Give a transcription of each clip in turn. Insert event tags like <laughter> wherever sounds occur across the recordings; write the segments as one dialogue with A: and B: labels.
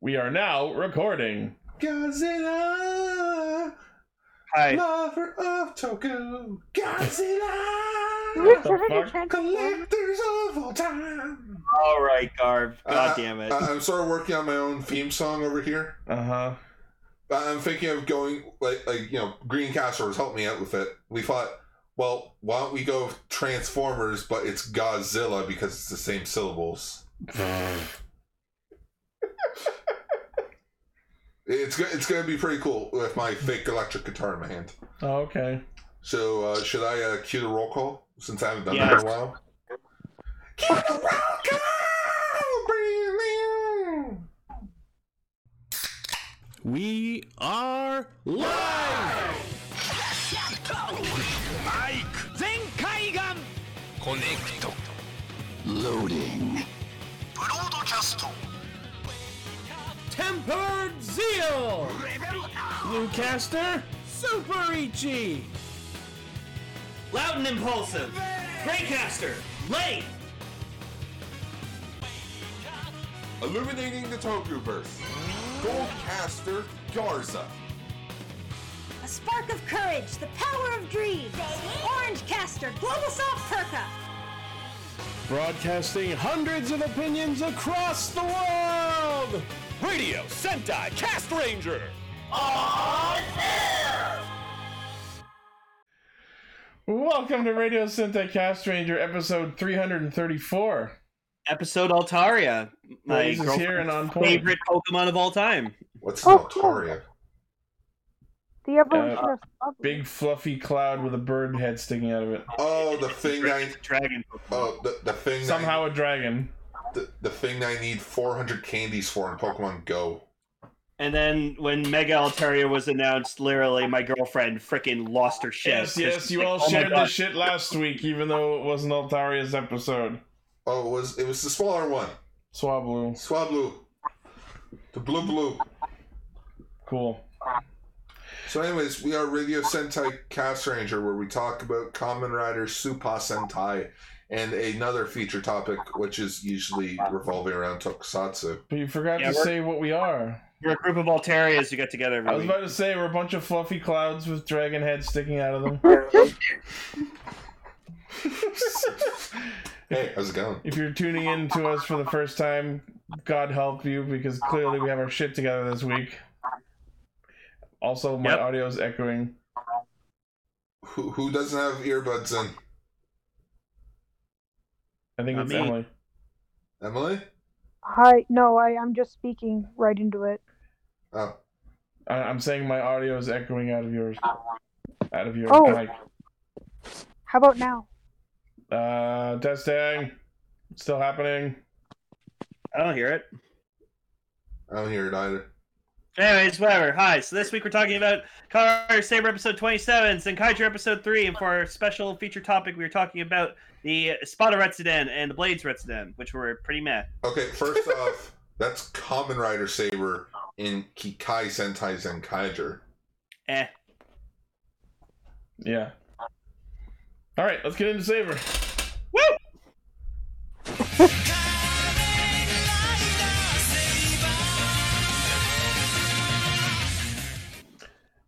A: We are now recording.
B: Godzilla,
C: Hi.
B: lover of Toku. Godzilla,
A: What the fuck?
B: collectors of all time.
C: All right, Garv. God
B: Uh,
C: damn it.
B: I- I'm sort of working on my own theme song over here.
A: Uh
C: Uh-huh.
A: huh.
B: I- I'm thinking of going like like you know Green Castles helped me out with it. We thought, well, why don't we go with Transformers, but it's Godzilla because it's the same syllables. It's go- it's gonna be pretty cool with my fake electric guitar in my hand.
A: Oh, okay.
B: So uh, should I uh, cue the roll call since I haven't done that
C: Yes.
B: in a while? Cue the roll call. Bring it in.
D: We are live!
E: マイク全海岸コネクトローディングブロードキャスト
D: Tempered Zeal!
E: レベル
D: Bluecaster, Super Ichi! Loud and Impulsive, Greycaster, Late!
B: Illuminating the Tokuverse. Goldcaster Garza.
F: A spark of courage, the power of dreams. Orange caster, global soft perka.
D: Broadcasting hundreds of opinions across the world! Radio Sentai Cast Ranger!
A: Welcome to Radio Sentai Cast Ranger, episode 334.
C: Episode Altaria. My
A: Blaze is here and
C: girlfriend's
A: on point.
C: favorite Pokemon of all time.
B: What's
G: Oh,
B: Naltaria?
G: The evolution
A: Uh,
G: of Sub-
A: Big fluffy cloud with a bird head sticking out of it.
B: Oh, the thing I
C: Dragon.
B: oh the, the thing
A: Somehow a dragon.
B: I, the, the thing I need 400 candies for in Pokemon Go.
C: And then when Mega Altaria was announced, literally my girlfriend freaking lost her shit.
A: Yes, yes,
C: She's
A: you
C: like,
A: all
C: "Oh my
A: shared
C: God."
A: this shit last week, even though it wasn't Altaria's episode.
B: Oh, it was it was the smaller one,
A: Swablu.
B: Swablu, the blue blue.
A: Cool.
B: So, anyways, we are Radio Sentai Cast Ranger, where we talk about Common Rider Supa Sentai and another feature topic, which is usually revolving around Tokusatsu.
A: But you forgot
C: Yeah,
A: to
C: we're-
A: say what we are.
C: We're a group of Altarias who get together
A: I
C: every
A: was
C: week.
A: about to say we're a bunch of fluffy clouds with dragon heads sticking out of them.
B: Hey, how's it going?
A: if you're tuning in to us for the first time, God help you because clearly we have our shit together this week. Also, my
C: Yep.
A: audio is echoing.
B: Who, who doesn't have earbuds in?
A: I think
D: Not
A: it's
D: me.
A: Emily.
B: Emily?
G: Hi, no, I, I'm just speaking right into it.
B: Oh,
A: I- I'm saying my audio is echoing out of yours. Out of your
G: Oh.
A: mic.
G: How about now?
A: Uh, testing. Still happening.
C: I don't hear it.
B: I don't hear it either.
C: Anyways, whatever. Hi. So this week we're talking about Color Saber episode 27, Senkaichi episode 3, and for our special feature topic, we were talking about the Spada Retsuden and the Blades Retsuden, which were pretty meh.
B: Okay, first off, that's Common Rider Saber in Kikai Sentai Zenkaiger.
C: Eh.
A: Yeah. All right, let's get into Saber.
C: Woo!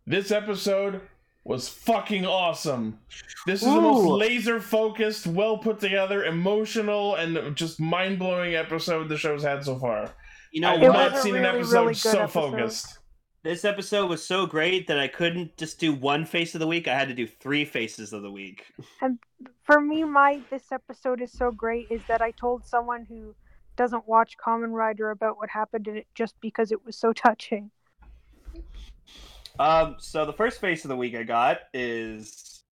A: This episode was fucking awesome. This is the most
C: Ooh.
A: laser focused, well put together, emotional, and just mind blowing episode the show's had so far.
C: You
A: I've
C: know
G: It was
A: not
G: a
C: what?
A: seen an
G: really,
A: episode
G: really good
A: so
G: episode.
A: focused.
C: This episode was so great that I couldn't just do one face of the week. I had to do three faces of the week.
G: For me, my this episode is so great is that I told someone who doesn't watch Common Rider about what happened in it just because it was so touching.
C: Um, so the first face of the week I got is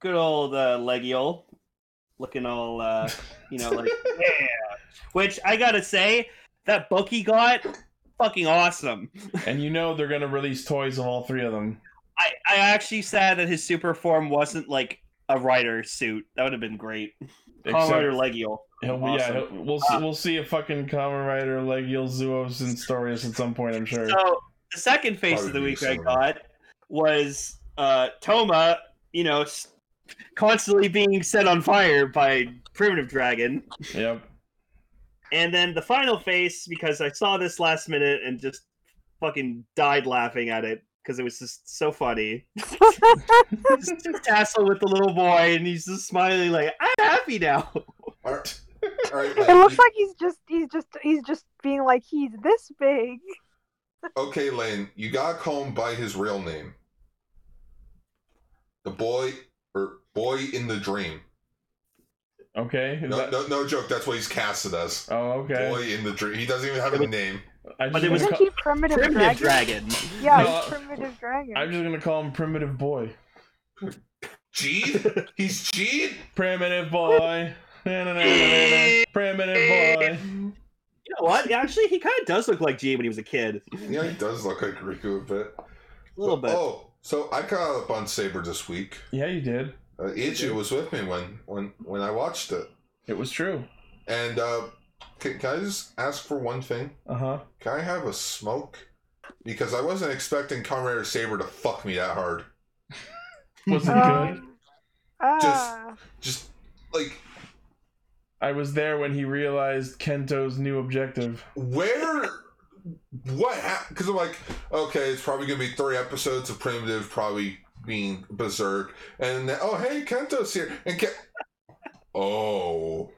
C: good old uh, Legiol, looking all uh, you
A: <laughs>
C: know like yeah. Which I gotta say that book he got fucking awesome.
A: And you know they're going to release toys of all three of them.
C: I I actually sad that his super form wasn't like a rider suit. That would have been great. Kamen Rider Legiol.
A: he'll, Yeah,
C: awesome.
A: he'll, we'll, see, we'll see a fucking Kamen Rider Legiel Zuos and Storius at some point, I'm sure.
C: So the second face
B: Probably
C: of the
B: be
C: week I
B: similar.
C: got was uh, Toma, you know, s- constantly being set on fire by Primitive Dragon.
A: Yep.
C: And then the final face, because I saw this last minute and just fucking died laughing at it because it was just so funny. It's just Tassel with the little boy, and he's just smiling like, I'm happy now.
B: All right. All right,
G: It
B: Lane.
G: looks like he's just he's just he's just being like he's this big.
B: Okay, Lane, you gotta call him by his real name. The boy or boy in the dream.
A: Okay. Is
B: No,
A: that-
B: no, no joke. That's what he's casted as.
A: Oh, okay.
B: Boy in the dream. He doesn't even have a name.
A: I just
C: But it was
A: wanna
G: Isn't
A: ca-
G: he primitive,
C: Primitive
G: dragon?
C: dragon.
G: Yeah,
A: No,
G: he's primitive dragon. Um,
A: I'm just gonna call him Primitive Boy.
B: Gene?
A: <laughs>
B: He's Gene?
A: Primitive Boy. Na-na-na-na-na. Primitive Boy.
C: You know what? Actually, he kind of does look like G when he was a kid.
B: Yeah, he does look like Riku a bit.
C: A little bit.
B: Oh, so I caught up on Saber this week.
A: Yeah, you did.
B: Uh, Ichi was with me when when when I watched it.
A: It was true.
B: And uh, can, can I just ask for one thing?
A: Uh huh.
B: Can I have a smoke? Because I wasn't expecting Comrade Saber to fuck me that hard.
A: Was it
C: Uh,
A: good?
G: Um, ah,
B: Just like
A: I was there when he realized Kento's new objective.
B: where what because i'm like okay it's probably gonna be three episodes of primitive probably being berserk and then, oh hey kento's here and Ken- oh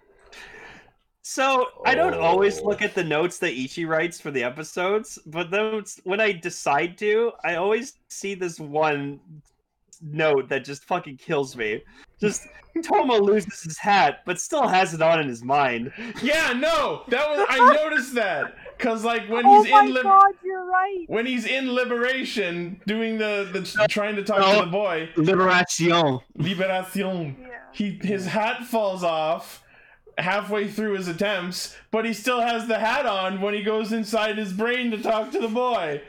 C: So I don't always
B: Oh.
C: look at the notes that Ichi writes for the episodes, but those when I decide to, I always see this one note that just fucking kills me. Just Toma loses his hat, but still has it on in his mind.
A: Yeah, no, that was
C: <laughs>
A: I noticed that because like when
G: oh
A: he's
G: my
A: in li-
G: god, you're right.
A: when he's in liberation doing the, the trying to talk
C: No.
A: to the boy
C: Liberation.
A: liberacion
G: Yeah.
A: he his hat falls off halfway through his attempts but he still has the hat on when he goes inside his brain to talk to the boy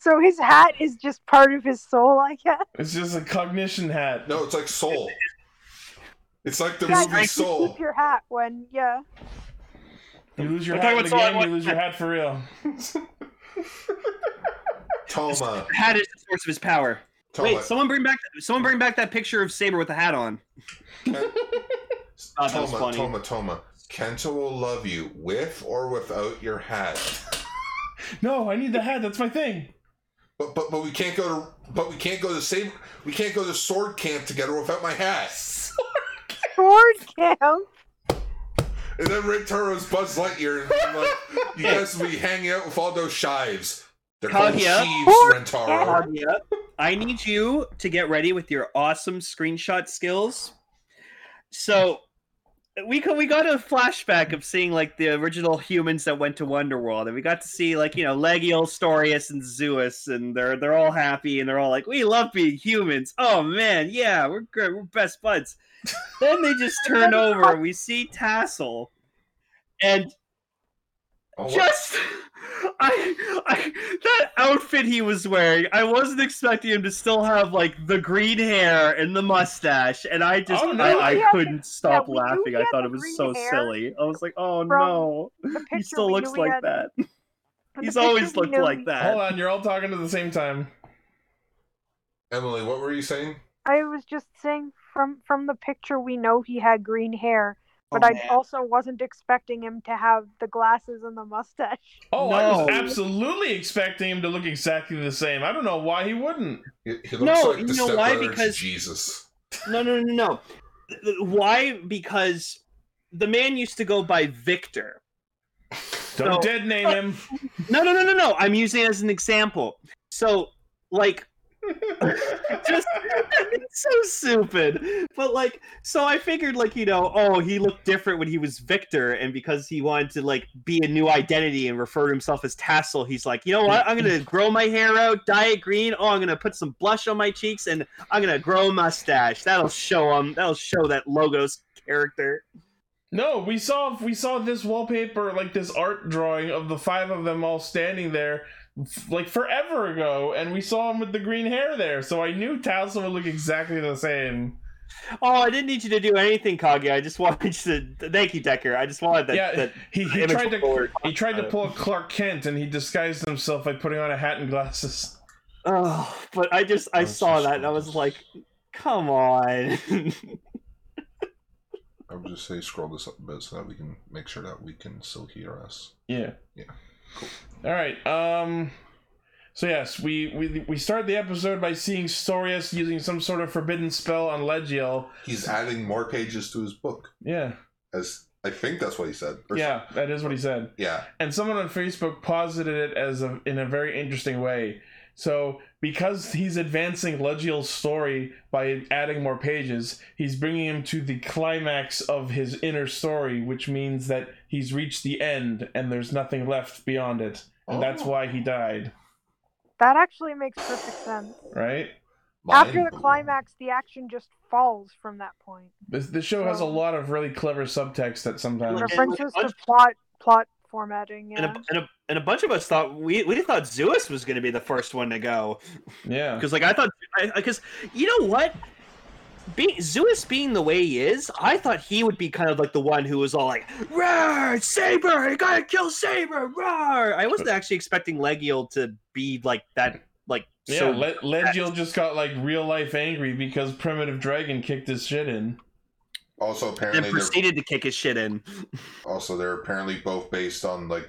G: So his hat is just part of his soul, I guess.
A: it's just a cognition hat
B: no it's like soul it's like the
G: Yeah,
B: movie
G: you
B: soul
G: keep your hat when yeah.
A: you lose your
C: We're
A: hat
C: talking
A: in the
C: about
A: game
C: someone-
A: you lose your hat for real
B: toma
C: Hat is the source of his power.
B: toma
C: Wait, someone bring back someone bring back that picture of Saber with the
B: <laughs>
C: hat on.
B: Ken-
C: Oh, that was
B: toma
C: funny.
B: toma toma kento will love you with or without your hat
A: no i need the hat that's my thing
B: but but but we can't go to but we can't go to same we can't go to sword camp together without my hat
G: Sword <laughs> camp.
B: And then Rintaro's Buzz Lightyear, and I'm like, you guys will be hanging out with all those shives. They're called
C: Kaguya.
B: sheaves,
G: Or-
B: Rentaro.
C: Claudia, I need you to get ready with your awesome screenshot skills. So we co- we got a flashback of seeing like the original humans that went to Wonderworld, and we got to see like you know Legiel, Storius, and Zeus, and they're they're all happy and they're all like, we love being humans. Oh man, yeah, we're great, we're best buds. then they just turn over and we see Tassel, and
B: Oh,
C: just I, I that outfit he was wearing i wasn't expecting him to still have like the green hair and the mustache and i just
A: Oh, no.
C: i,
G: He
C: I
G: had the-
C: couldn't stop
G: we knew he
C: laughing i
G: had
C: thought
G: the
C: it was
G: green
C: so
G: hair
C: silly i was like oh
G: from
C: no
G: The picture
C: he still
G: we
C: looks
G: knew we
C: like
G: had-
C: that
G: from the
C: he's
G: picture
C: always
G: we
C: looked
G: knew
C: like
G: we-
A: hold
C: that
A: on you're all talking at the same time
B: Emily, what were you saying?
G: I was just saying from from the picture we know he had green hair, but
C: Oh,
G: I
C: man.
G: also wasn't expecting him to have the glasses and the mustache. <laughs>
A: oh i was
C: No.
A: absolutely expecting him to look exactly the same i don't know why he wouldn't
B: He, he looks
C: No,
B: like the
C: you know why?
B: stepbrother to
C: Because-
B: Jesus.
C: no no no no Th- th- why because the man used to go by victor
A: don't
C: No.
A: dead name him
C: no no no no no i'm using it as an example so like <laughs> just it's so stupid. But like, so I figured, like, you know, oh, he looked different when he was Victor, and because he wanted to like be a new identity and refer to himself as Tassel, he's like, you know what? I'm gonna grow my hair out, dye it green. Oh, I'm gonna put some blush on my cheeks, and I'm gonna grow a mustache. That'll show him. That'll show that logo's character.
A: No, we saw we saw this wallpaper, like this art drawing of the five of them all standing there, f- like forever ago, and we saw him with the green hair there. So I knew Tassel would look exactly the same.
C: Oh, I didn't need you to do anything, Kage. I just wanted you to. Thank you, Decker. I just wanted that.
A: yeah,
C: that
A: he, he
C: image
A: tried to
C: forward.
A: he tried to pull a Clark Kent, and he disguised himself by putting on a hat and glasses. <laughs>
C: Oh, but I just I
B: That's
C: saw
B: just
C: that <laughs> and I was
B: gorgeous.
C: like, come on.
B: I I would just say scroll this up a bit so that we can make sure that we can still hear us.
A: Yeah.
B: Yeah.
A: All right. Um. So yes, we we we start the episode by seeing Storius using some sort of forbidden spell on Legiel.
B: He's adding more pages to his book,
A: Yeah.
B: as I think that's what he said. or-
A: Yeah, that is what he said.
B: Yeah.
A: And someone on Facebook posited it as a, in a very interesting way. So, because he's advancing Legiel's story by adding more pages, he's bringing him to the climax of his inner story, which means that he's reached the end and there's nothing left beyond it. And that's
B: Oh.
A: why he died,
G: That actually makes perfect sense.
A: right?
B: Mind
G: After the
B: blown.
G: climax, the action just falls from that point.
A: This, this show has a
G: So-
A: lot of really clever subtext that sometimes.
C: Sure.
G: References
C: bunch-
G: to plot plot formatting. Yeah.
C: And, a, and, a, and a bunch of us thought we we just thought Zeus was going to be the first one to go
A: Yeah.
C: because like I thought because you know what. Being, Zeus being the way he is, I thought he would be kind of like the one who was all like, "Rawr, Saber, you gotta kill Saber, rawr."
A: <laughs>
C: I wasn't actually expecting Legiel to be like that, like
A: Yeah,
C: so.
A: Le- Legiel just got like real life angry because Primitive Dragon kicked his shit in.
B: Also,
C: and
B: apparently, they're,
C: proceeded to kick his shit in.
B: also they're apparently both based on like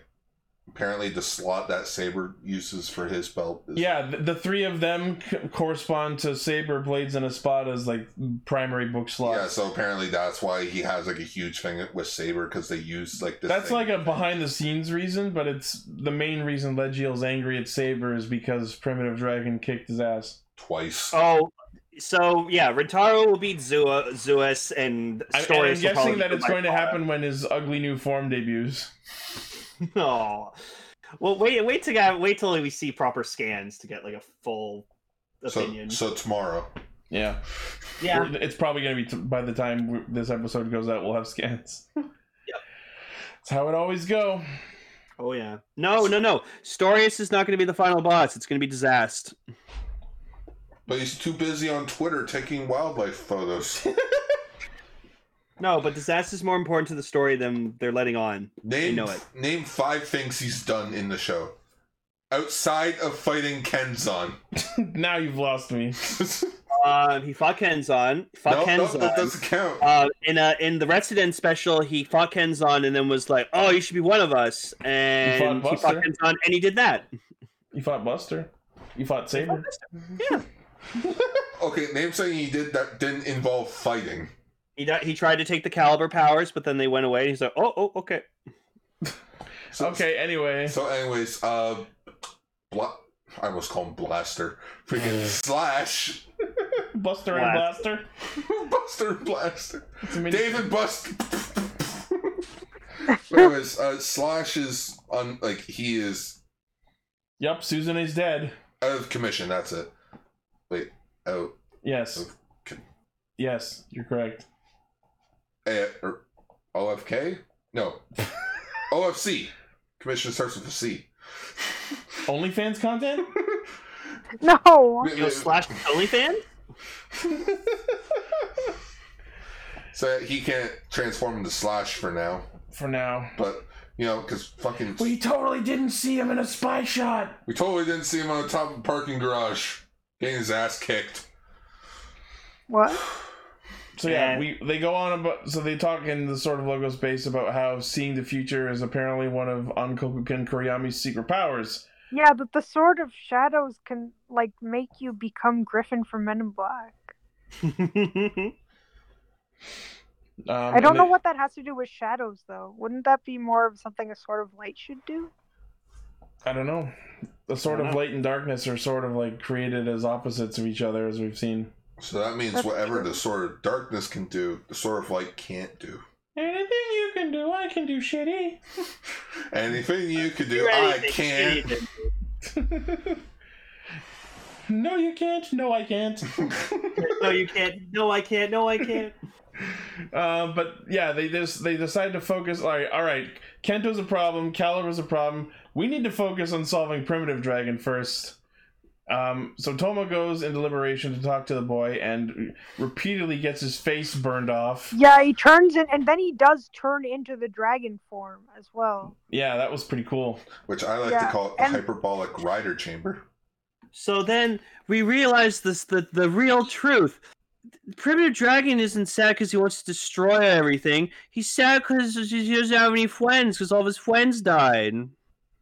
B: apparently the slot that Saber uses for his belt. Is,
A: Yeah, th- the three of them c- correspond to saber blades and espadas like primary book slots.
B: Yeah, so apparently that's why he has like a huge thing with Saber because they use like this.
A: That's
B: thing.
A: like a behind the scenes reason, but it's the main reason Legiel's angry at Saber is because Primitive Dragon kicked his ass.
B: twice.
C: Oh, so yeah, Rentaro will beat Zua, Zeus, and
A: I, and I'm
C: Storius will probably
A: guessing that
C: be
A: it's
C: my
A: going to
C: father.
A: happen when his ugly new form debuts.
C: <laughs> Oh, well, wait, wait to get, wait till we see proper scans to get like a full
B: so
C: opinion.
B: so tomorrow.
A: Yeah.
C: yeah,
A: We're- It's probably going to be t- by the time we- this episode goes out, we'll have <laughs> scans. That's how it always go. <laughs>
C: oh yeah, no, no, no. Storius is not going to be the final boss. It's going to be disaster.
B: But he's too busy on Twitter taking
A: <laughs>
B: wildlife photos.
C: No, but disaster is more important to the story than they're letting on.
B: name
C: know it.
B: name five things he's done in the show. Outside of fighting Kenzan. <laughs>
A: now you've lost me.
C: Um, he fought Kenzan.
B: no,
C: Fought
B: no,
C: Kenzan.
B: that doesn't count.
C: uh, in a, in the Resident special, he fought Kenzan and then was like, "Oh, you should be one of us." And he fought
A: Buster.
C: Kenzan, and he did that.
A: You fought Buster. You fought Saber.
B: Okay, name something he did that didn't involve fighting.
C: He di- he tried to take the Caliber powers, but then they went away. And he's like, "Oh, oh, okay."
B: So,
A: Okay, anyway.
B: So, anyways, uh, bla- I almost call him Blaster. Freaking Slash.
A: Buster and
C: Blast.
A: Blaster.
B: Buster Blaster.
A: It's a mini-
B: David Buster. <laughs> anyways, uh, Slash is on, like, he is
A: Yep, Susan is dead.
B: out of commission. That's it. Wait, oh, out.
A: Yes.
B: Okay.
A: Yes, you're correct.
B: Eh, or OFK? No. OFC. Commission starts with a C.
A: OnlyFans <laughs> content?
G: <laughs> No.
B: Wait,
C: You know,
B: wait,
C: slash OnlyFan.
B: <laughs> So he can't transform into Slash for now,
A: For now.
B: but you know, because fucking
A: We totally didn't see him in a spy shot.
B: we totally didn't see him on the top of a parking garage getting his ass kicked.
G: What?
A: So yeah,
C: Yeah.
A: we they go on about so they talk in the sort of logo space about how seeing the future is apparently one of Ankoku Ken Koryami's secret powers.
G: Yeah, but the Sword of Shadows can like make you become Griffin from Men in Black.
A: Um,
G: I don't
A: and
G: know
A: they-
G: what that has to do with shadows though. Wouldn't that be more of something a Sword of Light should do?
A: I don't know. The sort
C: I don't
A: of
C: know.
A: light and darkness are sort of like created as opposites of each other, as we've seen.
B: So that means
G: That's
B: whatever
G: true.
B: the sword of darkness can do, the sword of light can't do.
A: Anything you can do, I can do shitty.
B: Anything you can do,
C: You're
B: I can't.
C: anything, anything.
A: No, you can't. No, I can't.
C: No, you can't. No, I can't. No, I can't.
A: Uh, but yeah, they just they decide to focus. All right, all right. Kento's a problem. Caliber's a problem. We need to focus on solving Primitive Dragon first. Um, so Toma goes into liberation to talk to the boy and repeatedly gets his face burned off.
G: Yeah, he turns in and then he does turn into the dragon form as well.
A: Yeah, that was pretty cool.
B: Which I like to
G: Yeah,
B: call
G: and-
B: hyperbolic rider chamber.
C: So then we realize this the the real truth. Primitive Dragon isn't sad because he wants to destroy everything. He's sad because he doesn't have any friends because all of his friends died.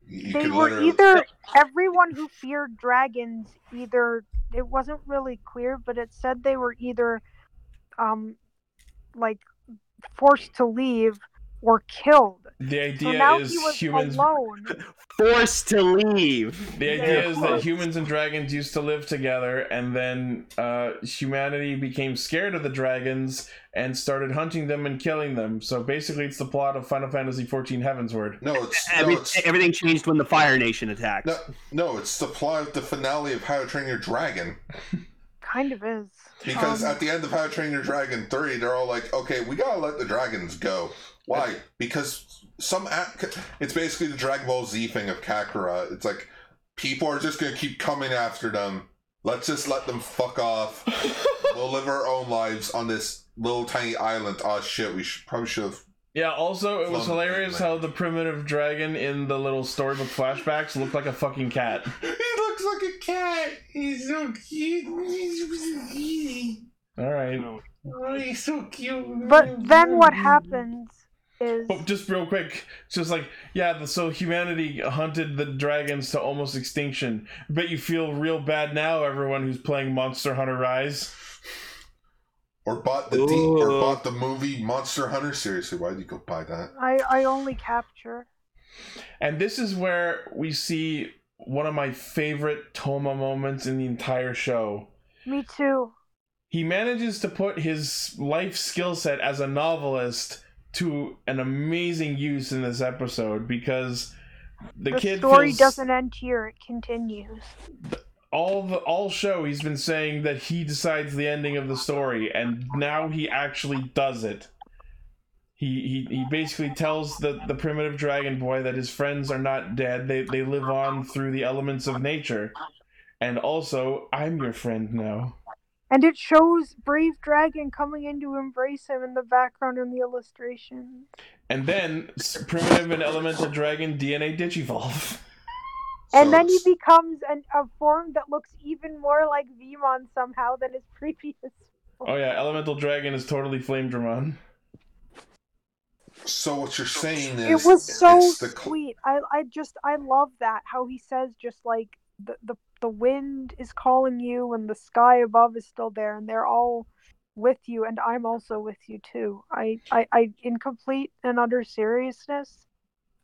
B: You
G: they
B: could
G: were
B: literally-
G: either everyone who feared dragons either it wasn't really clear but it said they were either um like forced to leave or killed
A: The
G: so
A: idea
G: now he
A: is
B: <laughs>
G: was
A: humans.
G: alone
C: Forced to leave.
A: The idea is that humans and dragons used to live together, and then uh, humanity became scared of the dragons and started hunting them and killing them. So basically, it's the plot of Final Fantasy XIV Heavensward.
B: No,
C: <laughs>
B: it's no,
C: Every,
B: it's
C: everything changed when the Fire Nation attacked.
B: no, no, it's the plot of the finale of How to Train Your Dragon.
G: kind of is
B: Because
G: Um,
B: at the end of How to Train Your Dragon three, they're all like, "Okay, we gotta let the dragons go." Why? Because some act, it's basically the Dragon Ball Z thing of Kakara. It's like people are just gonna keep coming after them. Let's just let them fuck
G: <laughs>
B: off. we'll live our own lives on this little tiny island. Oh shit, we should probably should have.
A: Yeah, also, it was
B: Flung the
A: hilarious
B: dragon.
A: how the primitive dragon in the little storybook flashbacks looked like a fucking cat.
B: <laughs> He looks like a cat. He's so cute. He's easy.
A: All right.
B: Oh, he's so cute.
G: but then what happens is
A: But just real quick, it's just like yeah, the, so humanity hunted the dragons to almost extinction. Bet you feel real bad now, everyone who's playing Monster Hunter Rise.
B: Or bought the D, or
C: Ooh.
B: bought the movie Monster Hunter. Seriously, why did you go buy that?
G: i i only capture
A: And this is where we see one of my favorite Toma moments in the entire show.
G: me too
A: He manages to put his life skill set as a novelist to an amazing use in this episode because the,
G: the,
A: kid
G: story
A: feels-
G: doesn't end here it continues
A: all the all show he's been saying that he decides the ending of the story and now he actually does it he he, he basically tells the the primitive dragon boy that his friends are not dead they they live on through the elements of nature and also i'm your friend now
G: and it shows brave dragon coming in to embrace him in the background in the illustration
A: and then s- primitive and elemental dragon dna digivolve <laughs>
G: And
B: So
G: then he
B: it's-
G: becomes an, a form that looks even more like Vemon somehow than his <laughs> previous.
A: oh yeah elemental dragon is totally flame dramon
B: so what you're saying
G: It
B: is
G: was so
B: it's the cl-
G: sweet. I, I just I love that how he says just like the, the the wind is calling you and the sky above is still there and they're all with you and I'm also with you too. I I, I in complete and utter seriousness.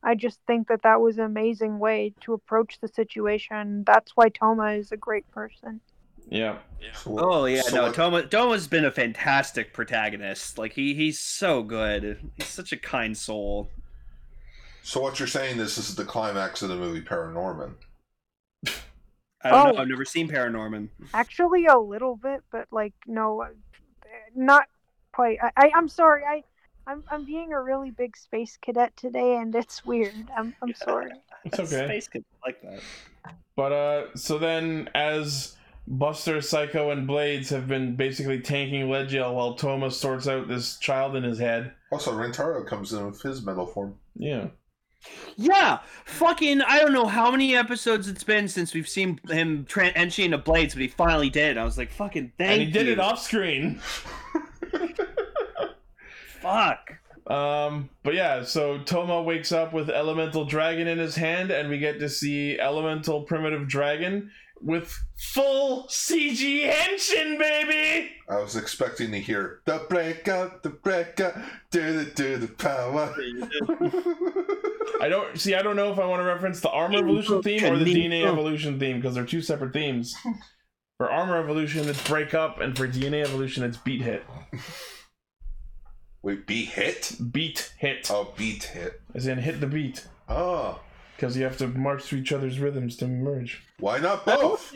G: I just think that that was an amazing way to approach the situation. That's why Toma is a great person.
A: yeah
B: so what-
C: Oh yeah,
B: so
C: no.
B: what-
C: Toma Toma's been a fantastic protagonist. Like he he's so good. He's such a kind soul.
B: So what you're saying is this is the climax of the movie Paranorman.
C: I don't know.
G: Oh.
C: I've never seen Paranorman.
G: Actually, a little bit, but like no, not quite. I, I I'm sorry. I I'm I'm being a really big space cadet today, and it's weird. I'm I'm sorry.
A: it's okay
C: Space kids like that.
A: But uh, so then as Buster, Psycho, and Blades have been basically tanking Legiel while Toma sorts out this child in his head.
B: Also, Rentaro comes in with his metal form.
A: Yeah.
C: Yeah, fucking. I don't know how many episodes it's been since we've seen him tra- entry into Blades, but he finally did. it. I was like, fucking thank
A: and he did
C: you.
A: it off screen.
C: Fuck.
A: Um, but yeah, so Toma wakes up with Elemental Dragon in his hand, and we get to see Elemental Primitive Dragon with full CG henshin, baby!
B: I was expecting to hear the breakup, the breakup, do the do the power.
A: I don't see. I don't know if I want to reference the Armor Evolution theme or the DNA Evolution theme because they're two separate themes. For Armor Evolution, it's Break Up, and for DNA Evolution, it's Beat Hit.
B: Wait, be hit?
A: Beat Hit,
B: Oh, beat hit.
A: as in hit the beat,
B: Oh,
A: because you have to march to each other's rhythms to merge.
B: why not both?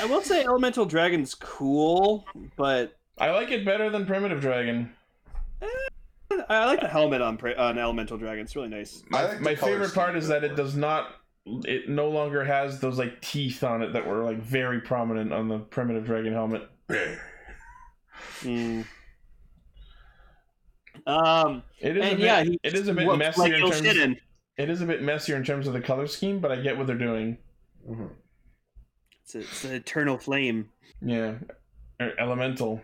C: I will say, Elemental Dragon's cool, but
A: I like it better than Primitive Dragon.
C: I like the helmet on pra- on Elemental Dragon. It's really nice.
B: I like the
A: My
B: color
A: favorite
B: scheme
A: part is
B: a bit
A: that it
B: more.
A: does not. It no longer has those like teeth on it that were like very prominent on the Primitive Dragon helmet.
C: Mm. Um,
A: It is a
C: and
A: bit.
C: yeah, he
A: it is a bit
C: looks
A: messier
C: like
A: in
C: Bill
A: terms.
C: Shitten.
A: It is a bit messier in terms of the color scheme, but I get what they're doing.
B: Mhm.
C: It's, a- it's an eternal flame.
A: Yeah, Er, E, elemental.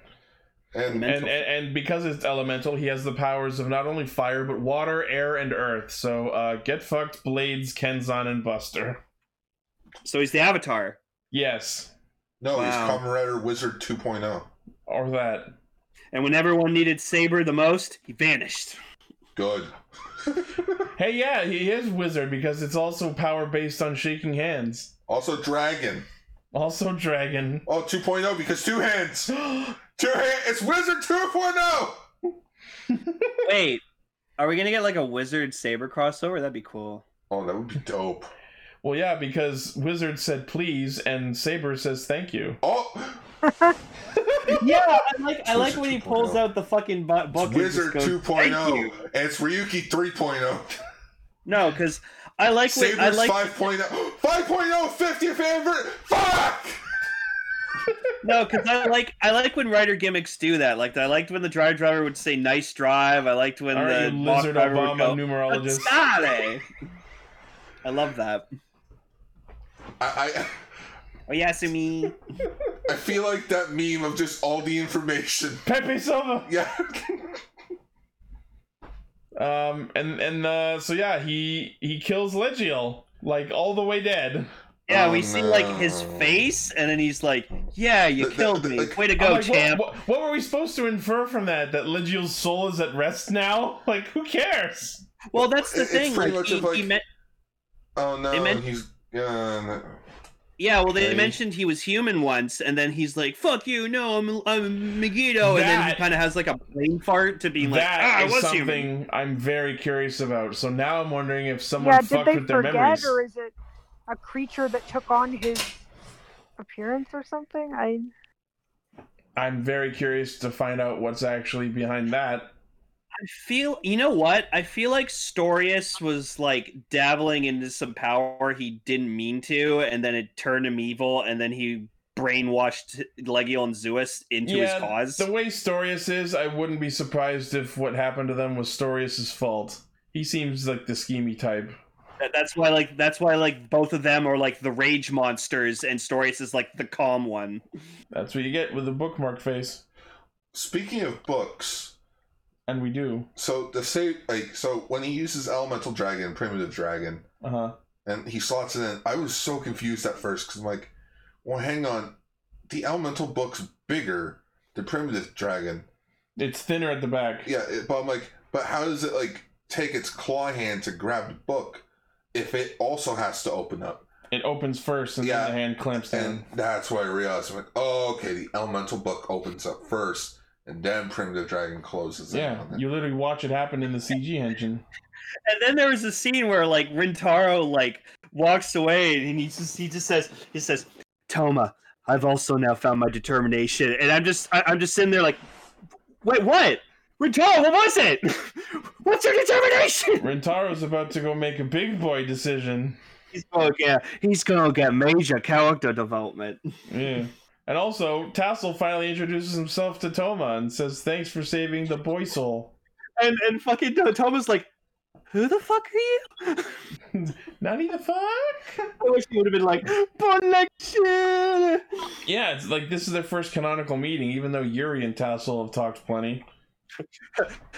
A: And,
B: And
A: and and because it's elemental, he has the powers of not only fire but water, air, and earth. So uh, get fucked, Blades, Kenzan, and Buster.
C: So he's the Avatar.
A: Yes,
B: no, he's
C: Wow.
B: Kamen Rider Wizard oh. 2.0.
A: or that.
C: And when everyone needed Saber the most, he vanished.
B: Good.
A: Hey, yeah, he is wizard because it's also power based on shaking hands.
B: Also, Dragon.
A: Also, dragon. <gasps>
B: Oh, 2.0 because two hands. Two hands. It's Wizard oh. 2.0.
C: Wait, are we gonna get like a wizard saber crossover? That'd be cool.
B: Oh, that would be dope.
A: Well, yeah, because wizard said please, and saber says thank you.
B: Oh,
C: yeah, I like
B: Wizard
C: I like when he pulls
A: oh.
B: 2.0.
C: out the fucking bu- book.
B: it's Wizard oh."
C: and just goes, "Thank you."
B: 2.0. And it's Ryuki oh. 3.0.
C: No, because I like when, I
B: Sabers
C: like
B: 5.0. 5.0, 50th anniversary. oh, Fuck!
C: no because I like I like when writer gimmicks do that. Like I liked when the drive driver would say "nice drive." I liked when
A: Aren't
C: the
A: you
C: walk
A: lizard
C: driver would go,
A: Obama numerologist?
C: "Stare." I love that.
B: I, I
C: Oh Yasumi.
B: I feel like that meme of just all the information. <laughs>
A: Pepe Silva.
B: Yeah.
A: Um, and and uh, so yeah, he he kills Legiel like all the way dead.
C: Yeah,
B: Oh,
C: we see like his
B: no.
C: face, and then he's like, "Yeah, you
B: Um, The- the-
C: killed
B: the-
C: me.
B: like-
C: Way to
A: I'm
C: go,
A: like, what-
C: champ."
A: What, what, were we supposed to infer from that? That Legiel's soul is at rest now? <laughs> Like, who cares?
C: Well, that's the
B: It's
C: thing.
B: pretty
C: Like,
B: much
C: he,
B: of, like-
C: he meant,
B: Oh no,
C: They men-
B: he's yeah.
C: yeah. Well, they
B: Okay.
C: mentioned he was human once, and then he's like, "Fuck you, no, I'm I'm Megiddo," and then he
A: That-
C: kind of has like a brain fart to being like, "Ah,
A: that
C: I
A: is
C: was
A: something
C: human."
A: I'm very curious about. So now I'm wondering if someone
G: yeah, did
A: fucked
G: they
A: with their
G: forget,
A: memories.
G: or is it a creature that took on his appearance or something? I
A: I'm very curious to find out what's actually behind that.
C: I feel. You know what? I feel like Storius was like dabbling into some power he didn't mean to, and then it turned him evil, and then he brainwashed Legiel and Zeus into
A: Yeah,
C: his cause.
A: The way Storius is, I wouldn't be surprised if what happened to them was Storius's fault. He seems like the schemy type.
C: That- That's why, like, that's why, like, both of them are like the rage monsters, and Storius is like the calm one.
A: That's what you get with a bookmark face.
B: Speaking of books,
A: And we do.
B: so the say like so when he uses elemental dragon, primitive dragon,
A: Uh huh.
B: and he slots it in, I was so confused at first because I'm like, well, hang on, the elemental book's bigger, the primitive dragon.
A: It's thinner at the back.
B: Yeah, it, but I'm like, but how does it like take its claw hand to grab the book if it also has to open up?
A: It opens first and
B: Yeah,
A: then the hand clamps down.
B: And that's why I realized I'm like, oh, okay, the elemental book opens up first, and then primitive dragon closes. in
A: yeah,
B: on it.
A: you literally watch it happen in the CG engine.
B: <laughs>
C: And then there was a scene where like Rintaro like walks away, and he just he just says he says, "Toma, I've also now found my determination," and I'm just I, I'm just sitting there like, "Wait, what? Rintaro, what was it? <laughs> What's your determination?"
A: Rentaro's about to go make a big boy decision.
C: He's gonna get he's gonna get major character development.
A: Yeah. And also, Tassel finally introduces himself to Toma and says, Thanks for saving the boy soul.
C: And and fucking Toma's like, "Who the fuck are you?"
A: Nani the fuck?
C: I wish he would have been like, connection.
A: Yeah, it's like this is their first canonical meeting, even though Yuri and Tassel have talked plenty.
C: <laughs>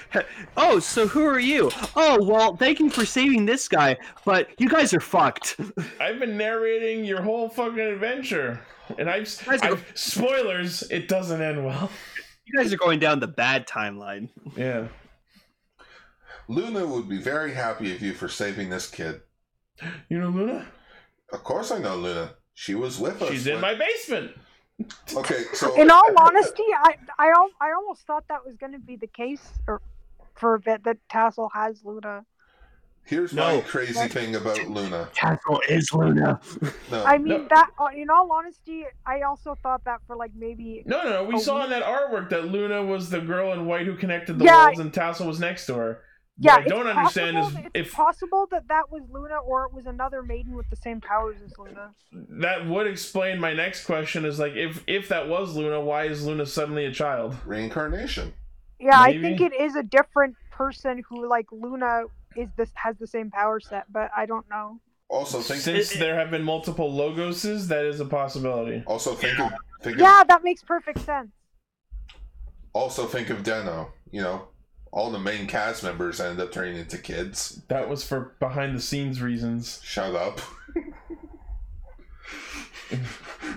C: Oh, so who are you? Oh, well, thank you for saving this guy, but you guys are fucked.
A: I've been narrating your whole fucking adventure, and I've,
C: Guys,
A: I've spoilers. It doesn't end well. <laughs>
C: You guys are going down the bad timeline.
A: Yeah.
B: Luna would be very happy of you for saving this kid.
A: You know Luna?
B: Of course, I know Luna. She was with us.
A: She's in
B: when-
A: my basement.
B: Okay,
G: <laughs>
B: so
A: <laughs>
G: In all honesty, I I, al- I almost thought that was going to be the case or, for a bit that Tassel has Luna.
B: here's
C: No.
B: my crazy thing about Luna.
C: Castle is Luna.
B: No,
G: I
A: No.
G: mean that. uh, In all honesty, I also thought that for like maybe.
A: No, no, no. We
G: Oh,
A: saw
G: we-
A: in that artwork that Luna was the girl in white who connected the
G: Yeah.
A: worlds, and Tassel was next to her.
G: Yeah,
A: What I
G: it's
A: don't understand is
G: possible- it's
A: if
G: possible that that was Luna or it was another maiden with the same powers as Luna.
A: that would explain my next question is like if if that was Luna, why is Luna suddenly a child?
B: reincarnation.
G: Yeah, I
A: Maybe.
G: think it is a different person who like Luna is this has the same power set, but I don't know.
B: Also, think.
A: Since
C: it- it-
A: there have been multiple logoses, that is a possibility.
B: also, think of think
G: Yeah, that makes perfect sense.
B: Also, think of Deno. You know, all the main cast members end up turning into kids.
A: That was for behind the scenes reasons.
B: Shut up. <laughs>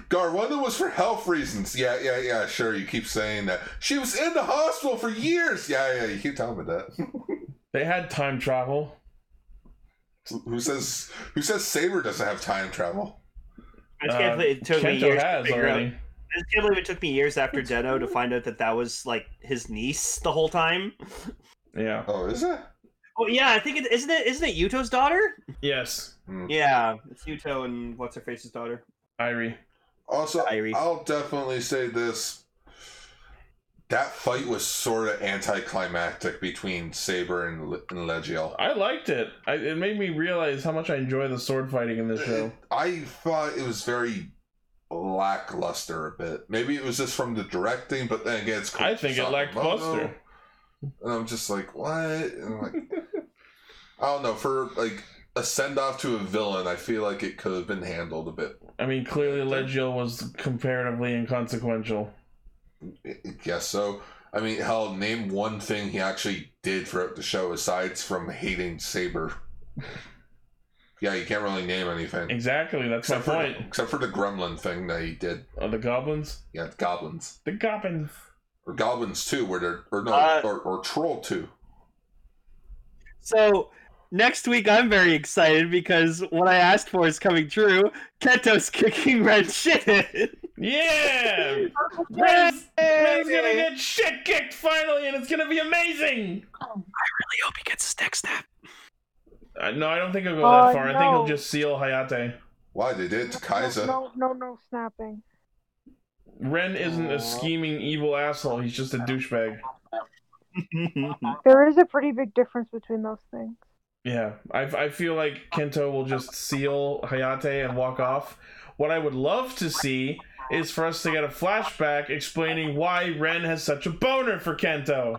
B: Garwanda was for health reasons. Yeah, yeah, yeah. Sure, you keep saying that. She was in the hospital for years. Yeah, yeah. You keep telling me that. <laughs>
A: They had time travel.
B: who says Who says Saber doesn't have time travel?
C: I just can't
A: Uh,
C: believe it took me
A: Kento
C: years
A: has
C: to figure out.
A: already.
C: I just can't believe it took me years after Deno to find out that that was like his niece the whole time.
A: Yeah.
B: Oh, is it?
C: Oh yeah, I think it isn't it isn't it Yuto's daughter?
A: Yes,
C: Yeah, it's Yuto and what's her face's daughter.
A: Irie.
B: Also,
C: Irie.
B: I'll definitely say this. That fight was sort of anticlimactic between Saber and, Le- and Legiel.
A: I liked it. I, it made me realize how much I enjoy the sword fighting in this show.
B: I thought it was very lackluster a bit. Maybe it was just from the directing, but then again, it's
A: I think it lacked
B: Sakamoto.
A: luster.
B: And I'm just like, what? And I'm like, I don't know. For like a send off to a villain, I feel like it could have been handled a bit.
A: I mean, clearly Legio was comparatively inconsequential.
B: I I guess so. I mean, hell, name one thing he actually did throughout the show aside from hating Saber. yeah, you can't really name anything.
A: Exactly, that's
B: Except
A: my
B: for,
A: point.
B: except for the gremlin thing that he did.
A: Are the goblins?
B: Yeah, the goblins.
A: The goblins.
B: Or goblins too, where they're or no
C: Uh,
B: or, or troll too.
C: So next week I'm very excited because what I asked for is coming true. Kento's kicking red shit. <laughs>
A: Yeah! Ren's, Ren's gonna get shit kicked finally, and it's gonna be amazing!
E: I hope he gets his neck
C: <laughs>
E: snap.
A: Uh, no, I don't think he'll go
G: Oh,
A: that far. I think he'll
G: no.
A: just seal Hayate.
B: Why they did it to Kaiser.
G: No, no, no snapping.
A: Ren isn't a scheming evil asshole. He's just a douchebag.
G: There is a pretty big difference between those things.
A: Yeah, I, I feel like Kento will just seal Hayate and walk off. What I would love to see is for us to get a flashback explaining why Ren has such a boner for Kento.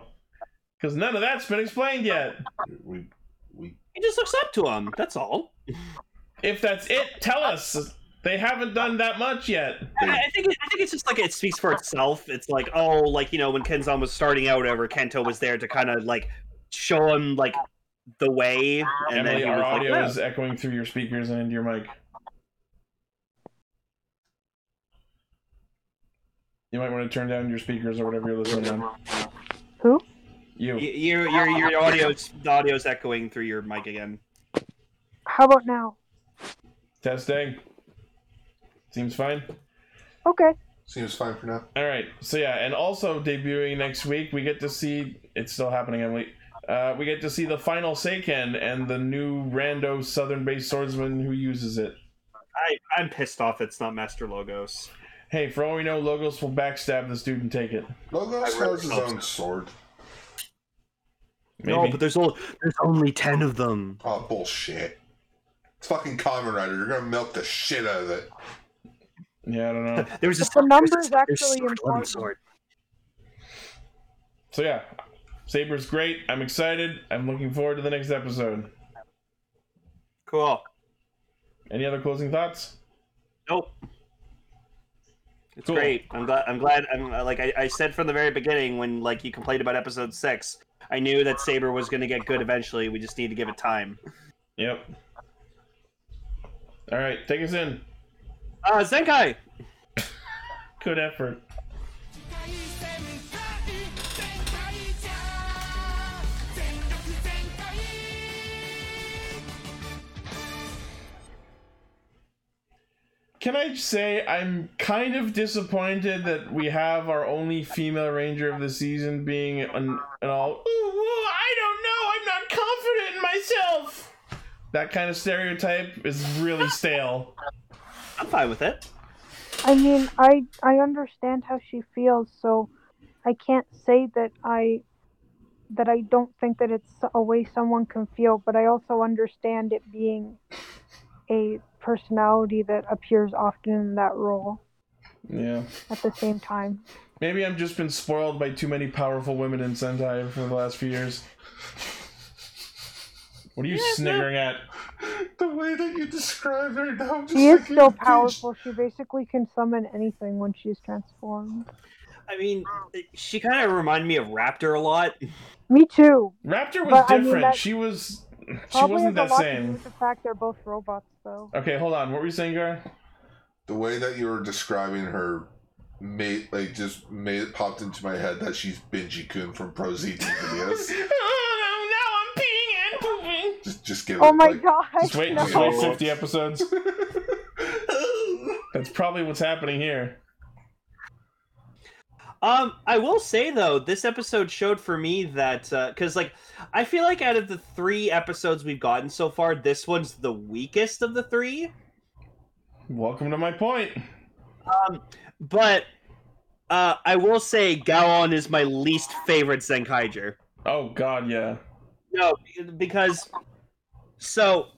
A: Because none of that's been explained yet.
B: We we
C: he just looks up to him. That's all.
A: If that's it, tell us. They haven't done that much yet.
C: I, I think it, I think it's just like it speaks for itself. It's like oh, like you know when Kenzan was starting out, ever Kento was there to kind of like show him like the way, and
A: Emily,
C: then he
A: our
C: was
A: audio
C: like, "Oh."
A: is echoing through your speakers and into your mic. You might want to turn down your speakers or whatever you're listening on.
G: Who?
A: You.
C: Y- your your your audio's the audio's echoing through your mic again.
G: How about now?
A: Testing. Seems fine.
G: Okay.
B: seems fine for now.
A: All right. So yeah, and also debuting next week, we get to see it's still happening, Emily. Uh, we get to see the final Seiken and the new rando southern-based swordsman who uses it.
C: I I'm pissed off. It's not Master Logos.
A: Hey, for all we know, Logos will backstab this dude and take it.
B: Logos
C: really
B: has his
C: hope
B: own sword.
A: Maybe.
C: No, but there's all there's only ten of them.
B: Oh bullshit. It's fucking Kamen Rider. You're gonna milk the shit out of it.
A: yeah, I don't
C: <laughs>
A: know.
C: There was a
G: The number
C: there's-
G: is
C: there's
G: actually
C: sword, lemon
G: important.
C: sword.
A: So yeah, Saber's great. I'm excited. I'm looking forward to the next episode.
C: Cool.
A: Any other closing thoughts?
C: Nope. It's
A: Cool.
C: great. I'm glad. I'm glad. I'm uh, like I, I said from the very beginning when like you complained about episode six. I knew that Saber was going to get good eventually. We just need to give it time.
A: Yep. All right, take us in.
C: Uh, Zenkai.
A: Good effort. Can I say I'm kind of disappointed that we have our only female ranger of the season being an, an all. Ooh, whoa, I don't know. I'm not confident in myself. That kind of stereotype is really stale.
C: I'm fine with it.
G: I mean, I I understand how she feels, so I can't say that I that I don't think that it's a way someone can feel, but I also understand it being a personality that appears often in that role
A: Yeah.
G: at the same time.
A: Maybe I've just been spoiled by too many powerful women in Sentai for the last few years. What are you sniggering at?
B: The way that you described her now I'm just
G: She is
B: like,
G: so
B: bitch.
G: powerful. She basically can summon anything when she's transformed.
C: I mean, she kind of reminded me of Raptor a lot.
G: Me too.
A: Raptor was
G: But, I mean,
A: different.
G: that-
A: she was she
G: Probably
A: wasn't that
G: has a lot to do
A: same.
G: with the fact they're both robots, though.
A: Okay, hold on. What were you saying, Gar?
B: The way that you were describing her made like just made it popped into my head that she's Benji Kun from Pro ZT
C: <laughs>
B: videos.
A: <laughs> Oh, now I'm peeing and pooping.
B: just just give
G: Oh
B: it
G: my
B: like,
G: god!
A: Just wait, just
G: no.
A: wait 50
B: <laughs>
A: episodes. That's probably what's happening here.
C: Um, I will say though, this episode showed for me that because like I feel like out of the three episodes we've gotten so far, this one's the weakest of the three.
A: Welcome to my point.
C: But uh, I will say Gaon is my least favorite Zenkaiger.
A: Oh god, yeah.
C: No, because so
G: <laughs>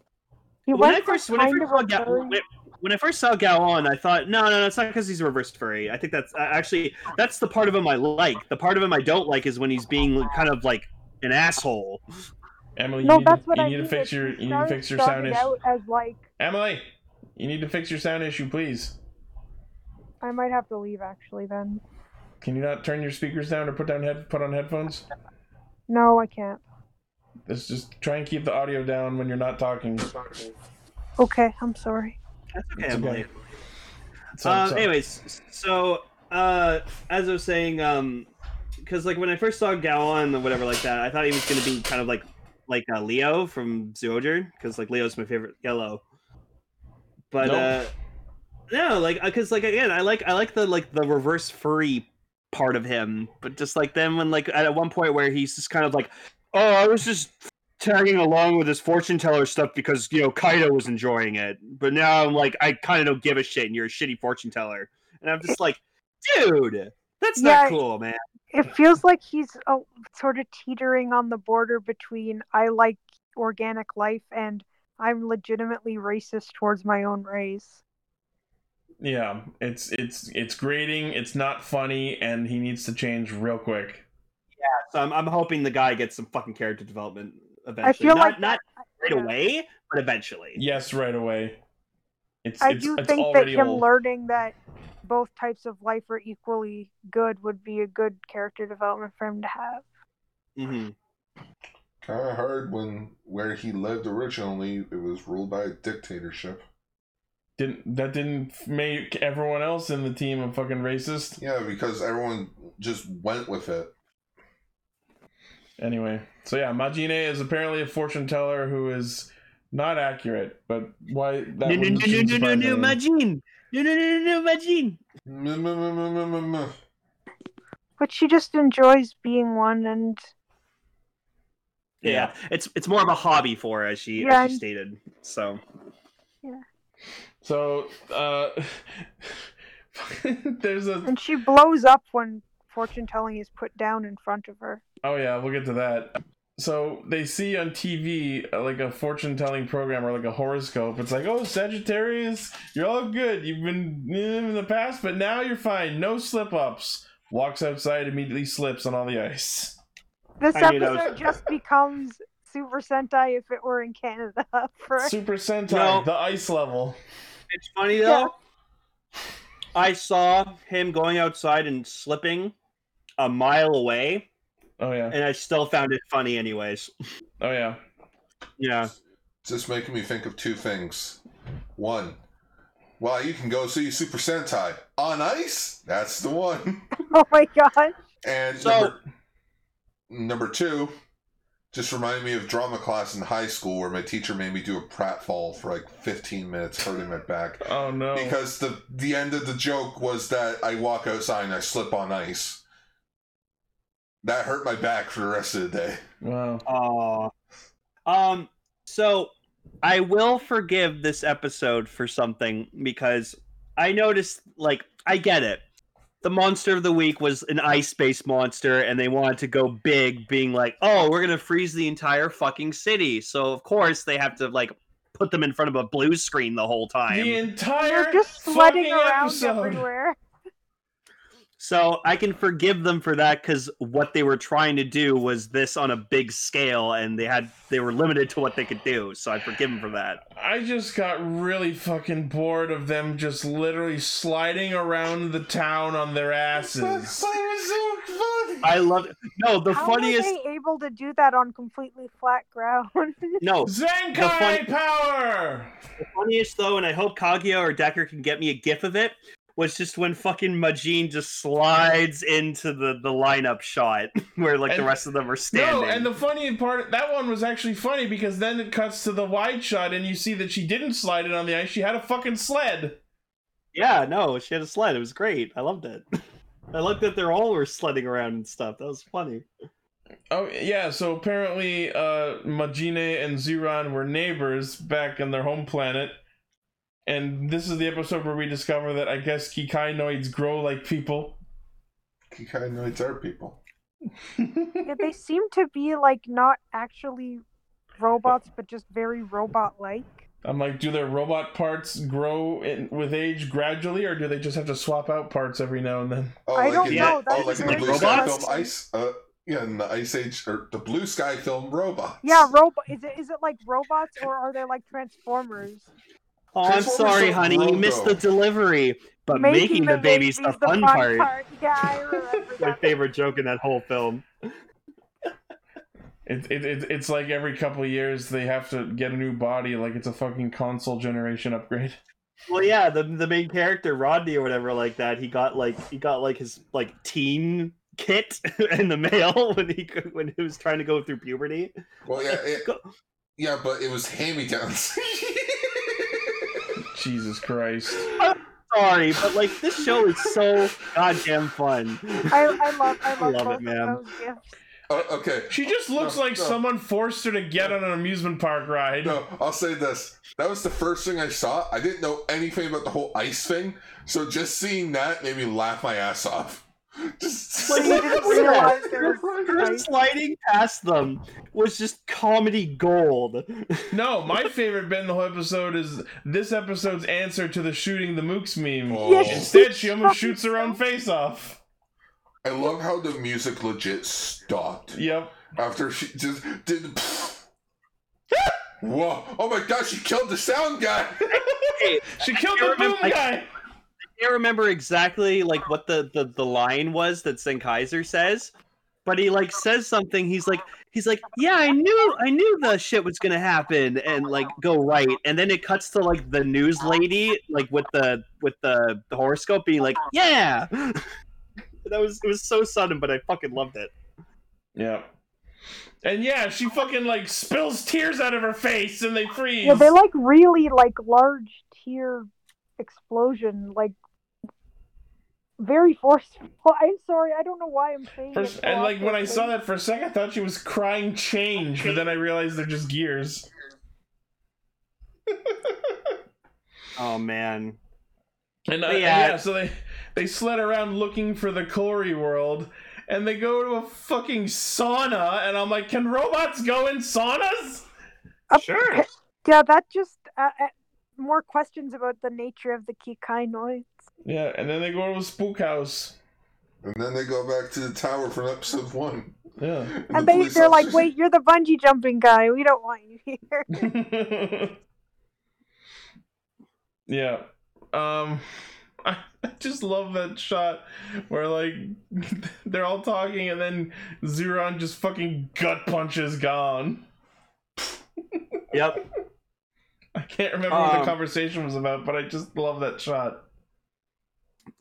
G: He
C: when
G: went
C: I first
G: from
C: when I
G: kind
C: first saw
G: of a
C: Ga-
G: very-
C: when, when I first saw Gaon, I thought no, no, no, it's not because he's a reverse furry. I think that's uh, actually that's the part of him I like. The part of him I don't like is when he's being kind of like an asshole.
A: Emily, you
G: no,
A: need,
G: that's what
A: you
G: I
A: need to
G: mean,
A: fix
G: that
A: your
G: she
A: you need to
G: started-
A: fix your sound
G: started
A: issue.
G: out as like
A: Emily, you need to fix your sound issue, please.
G: I might have to leave actually. Then
A: Can you not turn your speakers down or put down head put on headphones?
G: no, I can't.
A: Let's just try and keep the audio down when you're not talking.
G: Okay, I'm sorry.
C: That's okay.
A: It's
C: Emily.
A: okay. So,
C: Um,
A: so-
C: anyways, so uh, as I was saying, um, because like when I first saw Galon or whatever like that, I thought he was gonna be kind of like like uh, Leo from Zoojer, because like Leo's my favorite yellow. But
A: Nope.
C: uh, no, like because like again, I like I like the like the reverse furry part of him, but just like then when like at one point where he's just kind of like, oh, I was just tagging along with his fortune teller stuff because you know Kaido was enjoying it, but now I'm like, I kind of don't give a shit, and you're a shitty fortune teller, and I'm just like, dude, that's
G: Yeah.
C: not cool, man.
G: It feels like he's uh, sort of teetering on the border between I like organic life and I'm legitimately racist towards my own race.
A: yeah, it's it's it's grating, it's not funny, and he needs to change real quick.
C: So I'm, I'm hoping the guy gets some fucking character development eventually.
G: feel
C: not,
G: like-
C: not right
G: yeah.
C: away, but eventually.
A: Yes, right away. It's
G: I
A: it's,
G: do
A: it's
G: think that
A: already
G: him
A: old.
G: learning that both types of life are equally good would be a good character development for him to have.
C: hmm
B: Kind of hard when where he lived originally, it was ruled by a dictatorship.
A: didn't that didn't make everyone else in the team a fucking racist?
B: Yeah, because everyone just went with it.
A: Anyway, so yeah, Majine is apparently a fortune teller who is not accurate, but why that
C: No, no,
A: wouldn't
C: no, no,
A: shouldn't
C: no, no,
A: surprise
C: no,
A: anyone.
C: Majin. No, no, no, no, no, Majin.
B: Mm-mm-mm-mm-mm-mm.
G: But she just enjoys being one and
C: Yeah.
A: Yeah.
C: it's it's more of a hobby for her, as she
G: Yeah,
C: as she
G: and-
C: stated. So
A: So uh <laughs> there's a
G: and she blows up when fortune telling is put down in front of her.
A: Oh yeah, we'll get to that. So they see on TV uh, like a fortune telling program or like a horoscope. It's like, oh Sagittarius, you're all good. You've been in the past, but now you're fine. No slip ups. Walks outside, immediately slips on all the ice.
G: This
C: I knew that was-
G: episode just becomes Super Sentai if it were in Canada. <laughs> For
A: Super Sentai,
C: No.
A: the ice level.
C: it's funny though.
G: Yeah.
C: I saw him going outside and slipping a mile away,
A: Oh yeah,
C: and I still found it funny, anyways.
A: oh yeah.
C: Yeah,
B: Just making me think of two things. One, wow, you can go see Super Sentai on ice. That's the one. <laughs>
G: oh my god,
B: And
C: So-
B: number, number two, just reminded me of drama class in high school where my teacher made me do a pratfall for like 15 minutes, hurting my back.
A: Oh no.
B: Because the the end of the joke was that I walk outside and I slip on ice. That hurt my back for the rest of the day.
A: wow.
C: Aw. Um, so I will forgive this episode for something because I noticed, like, I get it. The monster of the week was an ice space monster, and they wanted to go big, being like, oh, we're going to freeze the entire fucking city. So, of course, they have to, like, put them in front of a blue screen the whole time.
A: The entire
G: they're just sledding
A: fucking
G: around
A: episode.
G: everywhere.
C: So I can forgive them for that because what they were trying to do was this on a big scale, and they had they were limited to what they could do. So I forgive them for that.
A: I just got really fucking bored of them just literally sliding around the town on their asses.
C: I love it. No, the
G: How
C: funniest.
G: are they able to do that on completely flat ground? <laughs>
C: No, The
A: Zenkai
C: fun-
A: power!
C: the funniest though, and I hope Kaguya or Decker can get me a gif of it. Was just when fucking Majin just slides into the the lineup shot <laughs> where like the
A: And-
C: rest of them are standing.
A: No, and the funny part that one was actually funny because then it cuts to the wide shot and you see that she didn't slide it on the ice. She had a fucking sled.
C: Yeah, no, she had a sled. It was great. I loved it. <laughs> I loved that they're all were sledding around and stuff. That was funny.
A: Oh yeah, so apparently uh Majine and Zeron were neighbors back on their home planet. And this is the episode where we discover that I guess Kikainoids grow like
B: <laughs>
A: people.
B: He kind of annoys our people.
G: Yeah, they seem to be like not actually robots, but just very robot-like.
A: I'm like, do their robot parts grow in, with age gradually, or do they just have to swap out parts every now and then?
B: Oh,
G: I don't
B: in,
C: know,
B: Oh, like
G: that's
B: in the
C: very
B: Blue Sky
C: robots.
B: film Ice. Uh, yeah, in the Ice Age or the Blue Sky film Robots.
G: Yeah, robot. Is it is it like robots or are they like transformers?
C: Oh, I'm
B: Transformers
C: sorry,
B: are
C: honey. You missed the
B: robo.
C: delivery, but making the babies the fun part.
G: Yeah, I remember
C: <laughs> My
G: that.
C: favorite joke in that whole film.
A: It, it, it, it's like every couple of years they have to get a new body, like it's a fucking console generation upgrade. <laughs>
C: Well, yeah, the the main character Rodney or whatever like that. He got like he got like his like teen kit <laughs> in the mail <laughs> when he go- when he was trying to go through puberty.
B: Well, yeah, it,
C: Go-
B: yeah, but it was hand-me-downs.
A: Jesus Christ.
C: Sorry, but like this show is so goddamn fun.
G: I, I love I love,
C: love it,
G: both
C: man.
G: of those
A: <laughs>
G: gifts.
B: <laughs> uh, okay,
A: She just looks
B: No,
A: like
B: no.
A: someone forced her to get on an amusement park ride.
B: No, I'll say this. That was the first thing I saw. I didn't know anything about the whole ice thing, so just seeing that made me laugh my ass off. <laughs> Just
C: Like,
G: You didn't realize there
C: <laughs>
G: was
C: Her
G: ice.
C: sliding past them was just comedy gold. <laughs>
A: No, my favorite bit in the whole episode is this episode's answer to the shooting the mooks meme.
B: Oh.
G: she-
A: Instead, she almost shoots her own face off.
B: I love how the music legit stopped
A: Yep.
B: after she just did. <laughs> Whoa! Oh my gosh, she killed the sound guy.
C: Hey,
A: She killed
C: I
A: the boom
C: remember- I-
A: guy.
C: can't remember exactly like what the, the the line was that Sennheiser says, but he like says something. He's like he's like, yeah, I knew I knew the shit was gonna happen and like go right, and then it cuts to like the news lady like with the with the, the horoscope being like, yeah. <laughs> That was it was so sudden, but I fucking loved it.
A: Yep. And yeah, she fucking like spills tears out of her face and they freeze.
G: Yeah, they're like really like large tear explosion, like very forceful. <laughs> I'm sorry, I don't know why I'm saying
A: For-
G: it. so
A: and like when I saw
G: awkwardly.
A: that for a second, I thought she was crying change, but then I realized they're just gears.
C: Oh man.
A: And uh,
C: But
A: and yeah.
C: yeah.
A: so they they sled around looking for the Corey world, and they go to a fucking sauna, and I'm like, can robots go in saunas?
G: Up-
C: Sure.
G: <laughs> Yeah, that just uh, uh, more questions about the nature of the Kikainoids.
A: Yeah, and then they go to a spook house.
B: And then they go back to the tower from episode one.
A: Yeah. <laughs>
B: the
G: And they
B: police
G: they're like,
B: officer-
G: wait, you're the bungee jumping guy. We don't want you here. <laughs>
A: yeah. Um <laughs> I I just love that shot where like <laughs> they're all talking and then Zeron just fucking gut punches gone.
C: Yep.
A: I can't remember what the
C: Um,
A: conversation was about, but I just love that shot.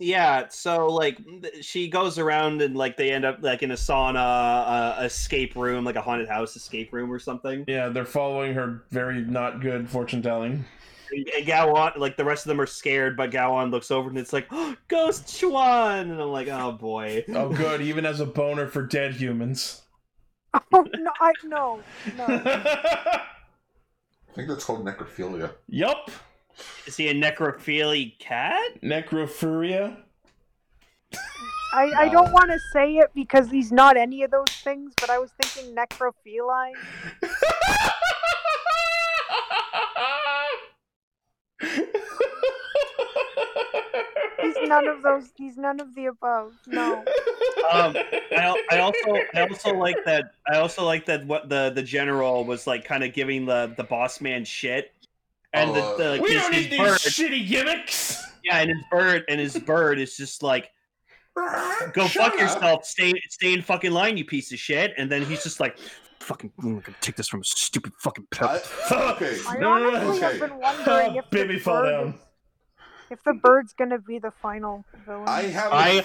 C: Yeah, so like th- she goes around and like they end up like in a sauna, uh, escape room, like a haunted house escape room or something.
A: Yeah, they're following her very not good fortune telling.
C: And and Gawan, like the rest of them are scared, but Gawan looks over and it's like "Oh, Ghost Chuan, and I'm like, oh boy.
A: Oh good, even as a boner for dead humans. <laughs>
G: Oh, no, I no no.
B: I think that's called necrophilia.
A: yup.
C: Is he a necrophilic cat?
A: Necrophuria.
G: I, I don't want to say it because he's not any of those things. But I was thinking necrophiline. He's none of those. He's none of the above. No.
C: Um, I, al-
A: <laughs>
C: I also I also like that I also like that what the the general was like kind of giving the the boss man shit. And
B: Oh,
C: the, the,
A: we
C: his-
A: don't
C: his
A: need these
C: bird-
A: shitty gimmicks.
C: Yeah, and his bird and his bird is just like Go
B: Shut
C: fuck
B: up.
C: yourself. Stay stay in fucking line, you piece of shit. And then he's just like, fucking, I'm gonna take this from a stupid fucking
B: I,
C: pelt.
B: okay.
A: <laughs>
G: I honestly
B: Okay.
G: have been wondering if
A: Baby
G: the
A: fall
G: bird
A: down.
G: is- if the bird's gonna be the final villain.
B: I have. a-
H: I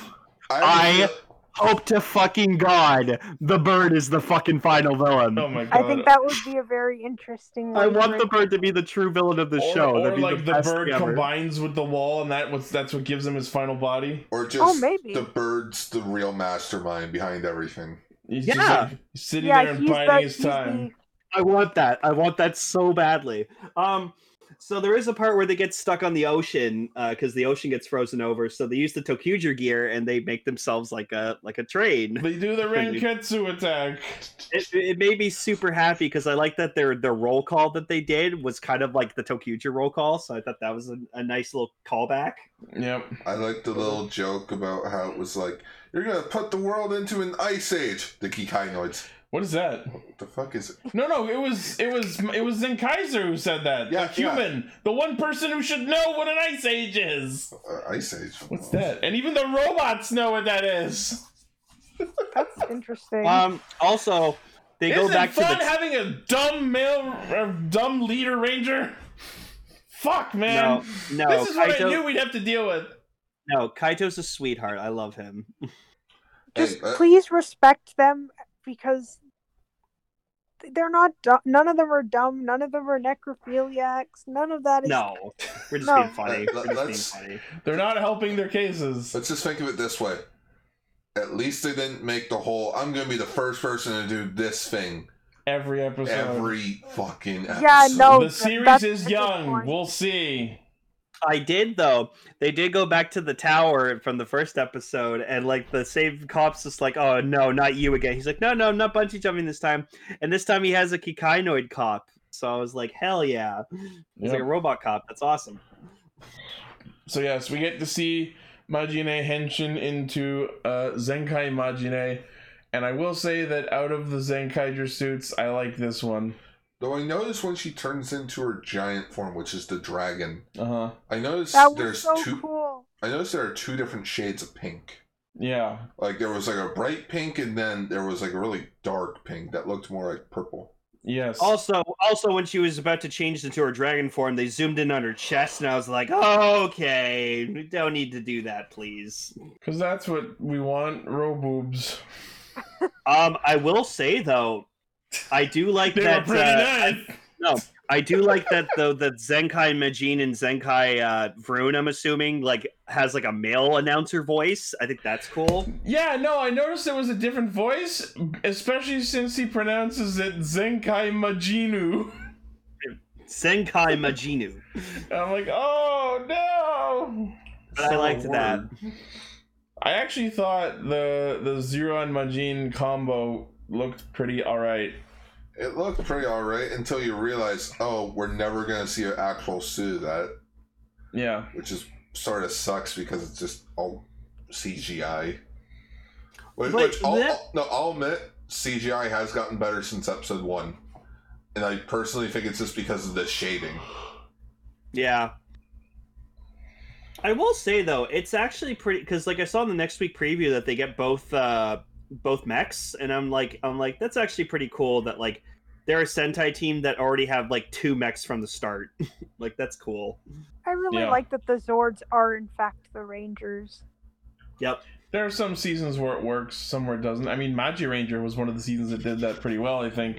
B: I,
H: I hope to fucking god the bird is the fucking final villain.
A: Oh my god.
G: I think that would be a very interesting.
H: I
G: way to
H: want the
G: break-
H: bird to be the true villain of the
A: or,
H: show.
A: or
H: That'd be
A: like
H: the,
A: the,
H: best
A: bird
H: thing ever.
A: combines with the wall, and that was that's what gives him his final body.
B: or just
G: Oh, maybe.
B: the bird's the real mastermind behind everything.
A: He's
H: Yeah.
A: just like sitting there
G: Yeah,
A: and
G: he's the,
A: biding his
G: he's
A: time.
G: the.
H: I want that. I want that so badly.
C: Um, so there is a part where they get stuck on the ocean because the ocean gets frozen over. So they use the Tokuger gear and they make themselves like a like a train.
A: They do the
C: <laughs>
A: Ranketsu attack.
C: It, it made me super happy because I like that their their roll call that they did was kind of like the Tokuger roll call. So I thought that was a, a nice little callback.
A: Yep.
B: I like the little joke about how it was like, you're gonna put the world into an ice age. The Kikainoids.
A: What is that?
B: What the fuck is it?
A: No, no, it was it was it was Zen Kaiser who said that.
B: Yeah,
A: the human, the one person who should know what an ice age is.
B: Uh, ice age.
A: What's that? And even the robots know what that is.
G: <laughs> That's interesting.
C: Um, also they
A: Isn't
C: go back
A: it
C: to the
A: fun having a dumb male or dumb leader ranger? Fuck man.
C: no no
A: this is what I,
C: Kaito,
A: knew we'd have to deal with.
C: no Kaito's a sweetheart. I love him.
G: just
B: Hey, uh,
G: please respect them because they're not dumb. None of them are dumb. None of them are necrophiliacs. None of that is.
C: No, we're just
G: No.
C: being funny.
B: Uh, Let-
C: We're just being
B: let's-
C: funny.
A: They're not helping their cases.
B: Let's just think of it this way. At least they didn't make the whole. I'm gonna be the first person to do this thing
A: Every episode.
B: every fucking episode.
G: Oh, Yeah, no.
A: the
G: that-
A: series
G: that's a
A: is
G: good
A: young.
G: point.
A: We'll see.
C: I did though. They did go back to the tower from the first episode, and like the same cops just like, "Oh no, not you again." He's like, "No, no, I'm not bungee jumping this time." And this time he has a Kikainoid cop. So I was like, "Hell yeah!" He's like
A: Yep.
C: a robot cop. That's awesome.
A: So yes, we get to see Majine Henshin into uh, Zenkai Majine, and I will say that out of the Zenkaiger suits, I like this one.
B: Though I noticed when she turns into her giant form, which is the dragon,
A: Uh huh.
B: I noticed
G: That was
B: there's
G: so
B: two.
G: cool.
B: I noticed there are two different shades of pink.
A: Yeah.
B: Like there was like a bright pink, and then there was like a really dark pink that looked more like purple.
A: Yes.
C: Also, also when she was about to change into her dragon form, they zoomed in on her chest, and I was like, oh, "Okay, we don't need to do that, please."
A: Because that's what we want. Row boobs.
C: Um, I will say though, I do like
A: <laughs> They were
C: that.
A: pretty
C: uh,
A: nice.
C: I do like that though that Zenkai Majin and Zenkai uh, Vroon, I'm assuming, like has like a male announcer voice. I think that's cool.
A: Yeah. No, I noticed it was a different voice, especially since he pronounces it Zenkai Majinu. <laughs>
C: Zenkai Majinu.
A: I'm like, oh no.
C: But I liked that.
A: I actually thought the the Zero and Majin combo looked pretty alright.
B: It looked pretty alright until you realize, oh, we're never gonna see an actual suit of that,
A: Yeah.
B: which is sort of sucks because it's just all CGI. Which,
C: But
B: which I'll,
C: that-
B: I'll- no, I'll admit, CGI has gotten better since episode one, and I personally think it's just because of the shading.
C: Yeah. I will say though, it's actually pretty because like I saw in the next week preview that they get both uh both mechs, and I'm like I'm like that's actually pretty cool that like they're a Sentai team that already have like two mechs from the start. <laughs> like that's cool.
G: I really
A: Yeah.
G: like that the Zords are in fact the Rangers.
C: Yep.
A: There are some seasons where it works, some where it doesn't. I mean, Magi Ranger was one of the seasons that did that pretty well, I think.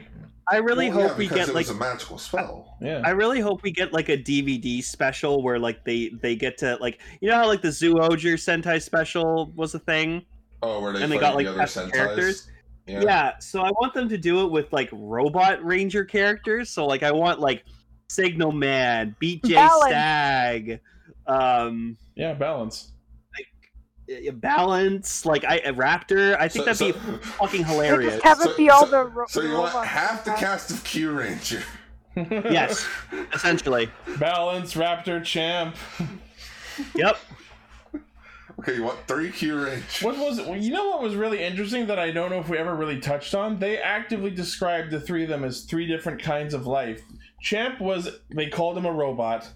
C: I really
B: Well, yeah,
C: hope we
B: because
C: get
B: it
C: like
B: was a magical spell.
A: Yeah.
C: I really hope we get like a DVD special where like they they get to like you know how like the Zoojer Sentai special was a thing.
B: Oh, where they
C: And they
B: fight
C: got, like,
B: the other
C: cast
B: Sentais.
C: characters?
B: Yeah.
C: Yeah. so I want them to do it with like robot ranger characters. So like I want like Signal Man, BJ
G: Balance.
C: Stag, um,
A: yeah, balance. <laughs>
C: uh, Balance, like I uh, Raptor. I think
B: So-
C: that'd be
B: so-
C: fucking
G: They
C: hilarious.
G: just have
B: So-
G: it be all
B: so-
G: the ro-
B: <laughs> So you
G: robots.
B: want half the
G: Uh,
B: cast of Q Ranger? <laughs>
C: yes, essentially.
A: Balance, Raptor, Champ.
C: Yep.
B: Okay, you want three Q Ranger?
A: What was well, you know what was really interesting that I don't know if we ever really touched on? They actively described the three of them as three different kinds of life. Champ was they called him a robot.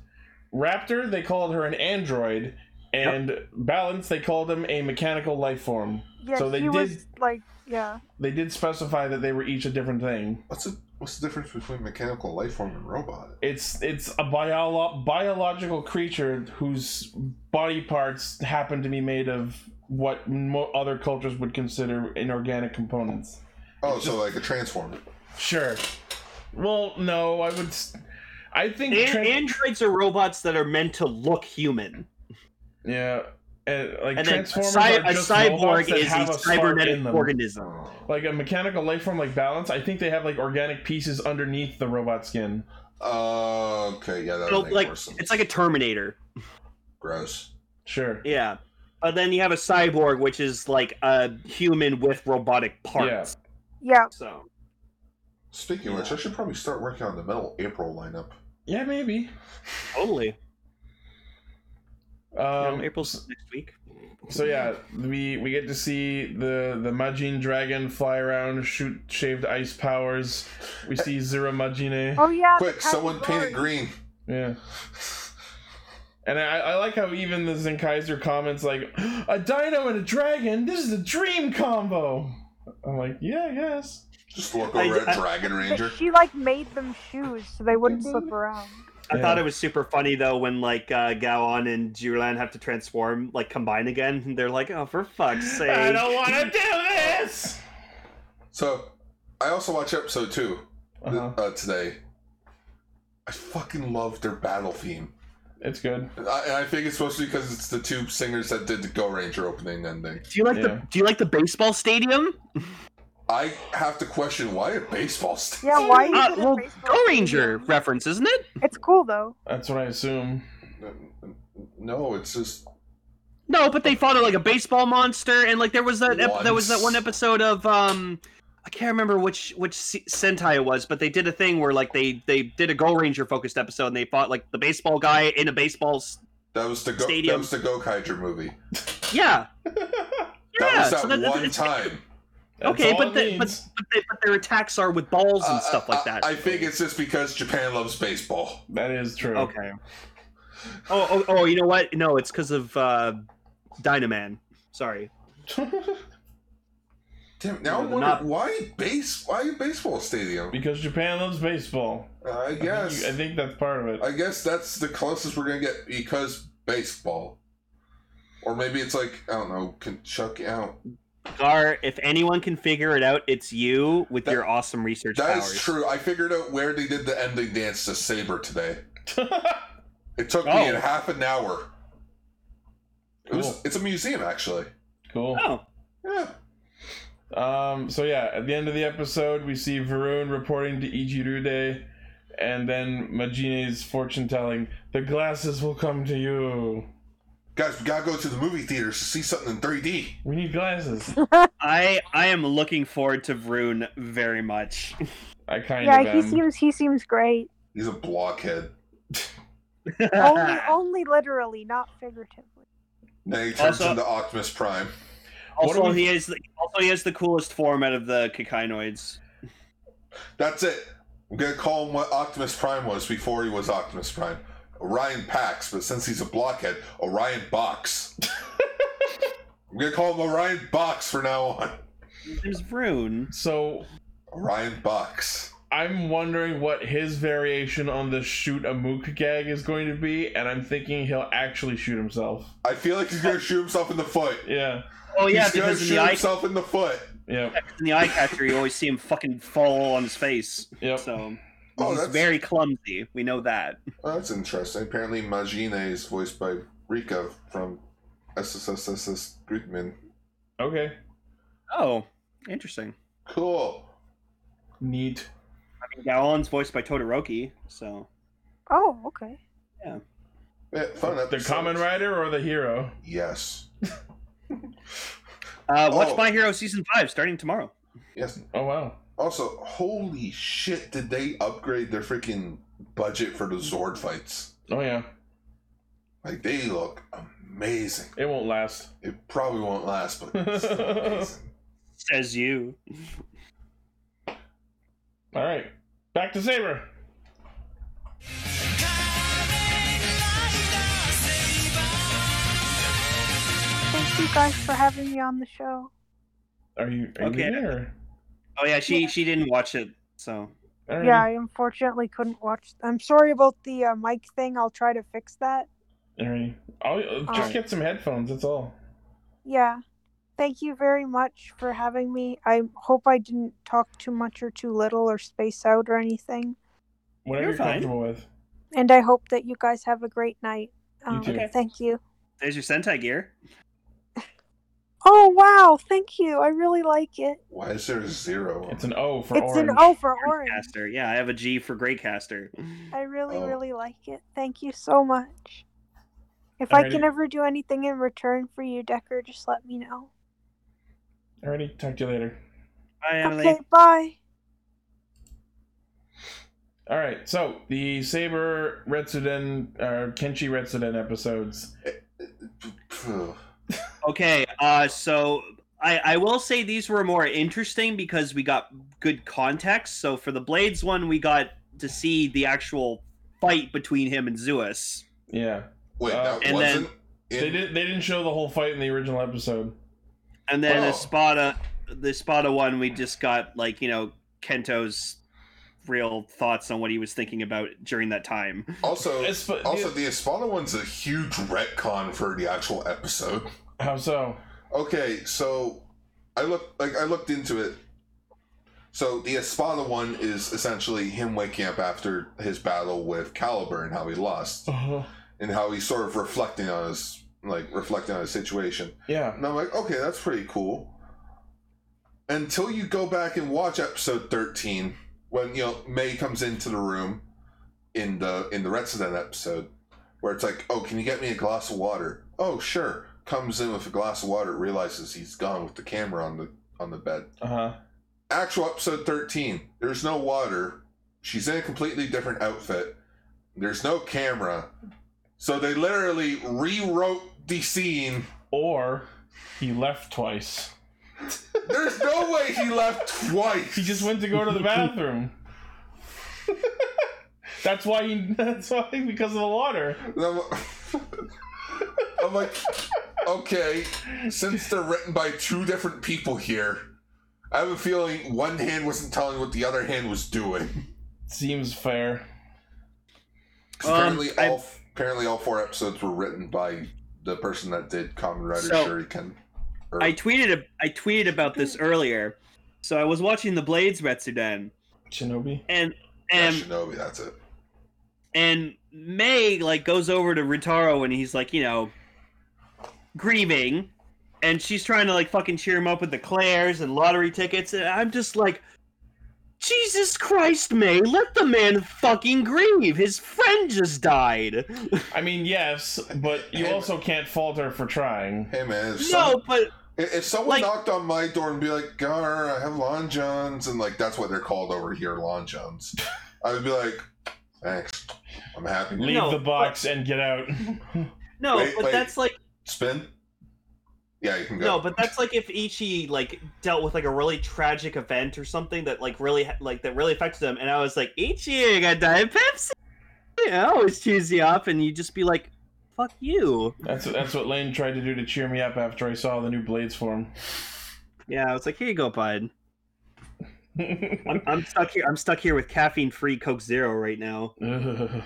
A: Raptor, they called her an android, and balance they called him a mechanical life form.
G: Yeah,
A: so they
G: he
A: did
G: was like, yeah.
A: they did specify that they were each a different thing.
B: What's the what's the difference between mechanical life form and robot?
A: It's it's a bio- biological creature whose body parts happen to be made of what mo- other cultures would consider inorganic components.
B: Oh, so like a transformer.
A: Sure. Well, no, I would. s- I think.
C: An-
A: tran-
C: androids are robots that are meant to look human.
A: yeah. And, like
C: And then a,
A: transformers
C: cy-
A: are
C: a
A: just robots
C: cyborg
A: that
C: is
A: have
C: a
A: a spark in
C: cybernetic
A: them.
C: organism.
B: Oh.
A: Like a mechanical life form, like balance. I think they have like organic pieces underneath the robot skin.
B: Uh, okay, yeah, that
C: So,
B: would make
C: like
B: more sense.
C: it's like a Terminator.
B: Gross.
A: Sure.
C: Yeah. But then you have a cyborg, which is like a human with robotic parts.
G: Yeah,
C: So
B: Speaking of which, I should probably start working on the metal April lineup.
A: Yeah, maybe.
C: totally.
A: Um,
C: Um, April's next week.
A: So yeah, we we get to see the the Majin dragon fly around, shoot shaved ice powers. We see Zero Majine.
G: Oh yeah. the
B: Quick, someone paint it
G: Katamari.
B: green. <laughs>
A: Yeah. And I, I like how even the Zenkaiser comments like, <gasps> a dino and a dragon, this is a dream combo. I'm like, yeah, yes.
B: Just look
C: I-
B: over at
C: I-
B: Dragon
G: But
B: Ranger.
G: she like made them shoes so they wouldn't slip around.
C: I
A: Yeah.
C: thought it was super funny though when like uh, Gaon and Julan have to transform, like combine again, and they're like, "Oh, for fuck's sake!"
A: <laughs> I don't want to do this.
B: So, I also watched episode two th-
A: Uh-huh.
B: uh, today. I fucking love their battle theme.
A: It's good.
B: And I, and I think it's supposed to be because it's the two singers that did the Go Ranger opening ending.
H: Do you like
A: Yeah.
H: the Do you like the baseball stadium?
B: I have to question why a baseball st-
G: Yeah, why? is
H: Uh,
G: it a
H: well,
G: baseball
H: Go
G: stadium?
H: Ranger reference, isn't it?
G: It's cool though.
A: That's what
H: <laughs>
A: I assume.
B: <laughs> No, it's just
H: No, but they fought it like a baseball monster, and like there was that ep- there was that
B: Once.
H: one episode of um, I can't remember which which se- Sentai it was, but they did a thing where like they they did a Go Ranger focused episode, and they fought like the baseball guy in a baseball. s-
B: that was the Go that
H: Stadium.
B: was the Go Kyger movie.
H: Yeah, yeah.
B: That was
H: so
B: that
H: that-
B: one
H: it's-
B: time.
A: That's
H: Okay,
A: all
H: but
A: it
H: the-
A: needs.
H: but, they, but their attacks are with balls and
B: Uh,
H: stuff
B: I-
H: like that.
B: I, I think it's just because Japan loves baseball.
A: that is true.
H: okay. Oh, oh, oh, you know what? No, it's because of uh, Dynaman. Sorry.
B: Damn, now I'm
C: they're
B: wondering
C: not-
B: why base why a baseball
A: <laughs>
B: stadium?
A: Because Japan loves baseball.
B: I
A: I think
B: guess
A: you- I think that's part of it.
B: I guess that's the closest we're gonna get because baseball, or maybe it's like I don't know Kentucky. I don't,
C: Gar, if anyone can figure it out, it's you with
B: That-
C: your awesome research
B: that
C: powers.
B: is true. I figured out where they did the ending dance to Saber today. It took me
C: Oh.
B: a half an hour. It was,
A: Cool.
B: It's a museum actually.
A: <laughs> cool.
C: Oh,
B: Yeah.
A: Um, so yeah, at the end of the episode, we see Varun reporting to Ijirude, and then Majine's fortune telling, "The glasses will come to you.
B: Guys, we gotta go to the movie theaters to see something in 3D.
A: We need
G: <laughs>
A: glasses."
C: I I am looking forward to Vroon very much. <laughs>
A: I kind
G: yeah,
A: of
G: he
A: am.
G: seems he seems
H: <laughs>
G: great.
B: He's a blockhead.
G: only only literally, not figuratively.
B: Now he turns
C: Also-
B: into Optimus Prime.
A: What do
C: Also,
A: we-
C: he is the, also he has the coolest form out of the Kakainoids.
B: That's it. I'm gonna call him what Optimus Prime was before he was Optimus Prime. Orion Pax, but since he's a blockhead, Orion Box. <laughs> I'm gonna call him Orion Box for now on.
C: His name's Vroon.
A: so
B: Orion Box.
A: I'm wondering what his variation on the shoot a mook gag is going to be, and I'm thinking he'll actually shoot himself.
B: I feel like he's gonna shoot himself in the foot.
A: Yeah,
C: Oh yeah,
B: he's gonna
C: because in
B: shoot
C: the, eye,
B: himself in the foot.
A: yeah,
C: in the eye catcher, you always see him fucking fall on his face.
A: yep.
C: So
B: Oh,
C: he's
B: that's-
C: very clumsy. We know that.
B: Oh, that's interesting. Apparently, Majine is voiced by Rika from SSSSS Goodman.
A: Okay,
C: Oh, interesting.
B: Cool.
A: neat.
C: I mean, Gaon's voiced by Todoroki, so
G: Oh, okay.
B: Yeah, fun
A: The
B: episode.
A: common rider or the hero?
B: Yes.
C: uh, watch
B: Oh.
C: My Hero season five starting tomorrow.
B: Yes.
A: Oh wow.
B: Also, holy shit, did they upgrade their freaking budget for the Zord fights?
A: Oh yeah.
B: Like, they look amazing.
A: It won't last.
B: It probably won't last, but
A: <laughs>
B: it's still amazing.
C: Says you.
A: All right, back to Saber.
G: Thank you guys for having me on the show.
A: Are you are
C: Okay.
A: you there?
C: Oh yeah, she she didn't watch it, so
A: All right.
G: Yeah, I unfortunately couldn't watch. I'm sorry about the uh, mic thing. I'll try to fix that.
A: All right. I'll, uh, just
G: Alright.
A: get some headphones. That's all.
G: Yeah. Thank you very much for having me. I hope I didn't talk too much or too little or space out or anything.
A: Whatever
C: You're
A: you're
C: fine.
A: comfortable with.
G: And I hope that you guys have a great night. Um,
A: too. Okay.
G: Thank you.
C: there's your Sentai gear.
G: Oh, wow. Thank you. I really like it.
B: Why is there a zero?
A: It's an O for
G: it's
A: orange.
G: an O for orange.
C: Caster, yeah, I have a G for Great Caster.
G: I really,
B: Oh.
G: really like it. Thank you so much. If I
A: Alrighty.
G: can ever do anything in return for you, Decker, just let me know.
A: Already talk to you later.
C: Bye, Emily.
G: Okay, bye.
A: All right. So the Saber Retsuden or Kenshi Retsuden episodes.
B: Phew.
C: Okay, uh, so I, I will say these were more interesting because we got good context. So for the Blades one, we got to see the actual fight between him and Zeus.
A: Yeah.
B: Wait,
A: Uh,
B: that
C: and then
B: wasn't. in-
A: They didn't. They didn't show the whole fight in the original episode.
C: And then
B: Oh.
C: the Spada, the Spada one, we just got like you know Kento's real thoughts on what he was thinking about during that time.
B: Also,
A: It's- but-
B: also the Espana one's a huge retcon for the actual episode.
A: How so?
B: Okay, so I looked like I looked into it. So the Espada one is essentially him waking up after his battle with Caliber and how he lost,
A: Uh-huh.
B: and how he's sort of reflecting on his like reflecting on his situation.
A: Yeah.
B: And I'm like, okay, that's pretty cool. Until you go back and watch episode 13, when you know May comes into the room in the in the rest of that episode, where it's like, oh, can you get me a glass of water? Oh, sure. Comes in with a glass of water, realizes he's gone with the camera on the on the bed.
A: Uh huh.
B: Actual episode 13, there's no water. She's in a completely different outfit. There's no camera. So they literally rewrote the scene
A: Or he left twice.
B: There's no way he left twice.
A: He
C: <laughs>
A: just went to go to the bathroom. <laughs> that's why he. <laughs> That's why because of the water.
B: And I'm, I'm like, okay, since they're written by two different people here, I have a feeling one hand wasn't telling what the other hand was doing.
A: Seems fair.
B: 'Cause
C: Um,
B: apparently,
C: I-
B: all apparently all four episodes were written by the person that did Common Rider
C: So-
B: Shuriken. Or,
C: I tweeted I tweeted about this earlier. So I was watching the Blades Retsuden,
A: Shinobi.
C: and
B: yeah,
C: and
B: Shinobi, that's it.
C: and May like goes over to Ritaro and he's like, you know, grieving, and she's trying to like fucking cheer him up with the clairs and lottery tickets, and I'm just like, Jesus Christ, May, let the man fucking grieve. His friend just died. <laughs>
A: I mean, yes, but you also can't falter for trying.
B: Hey man, if, some,
C: No, but
B: if if someone
C: like-
B: knocked on my door and be like, "Gar, I have Lon Johns," and like that's what they're called over here, Lon
C: <laughs>
B: Johns, I would be like, "Thanks, I'm happy."
A: Leave
C: No,
A: the box and get out. <laughs>
C: no,
B: Wait,
C: but
B: wait.
C: that's like
B: Spin. Yeah, you can go.
C: No, but that's like if Ichi like dealt with like a really tragic event or something that like really like that really affected him, and I was like, Ichi, I got Diet Pepsi. <laughs> Yeah, I always cheers you up, and you just be like, "Fuck you."
A: That's that's what Lane tried to do to cheer me up after I saw the new blades form. <laughs>
C: Yeah, I was like, "Here you go, bud." I'm, I'm stuck here. I'm stuck here with caffeine-free Coke Zero right now.
A: Ugh.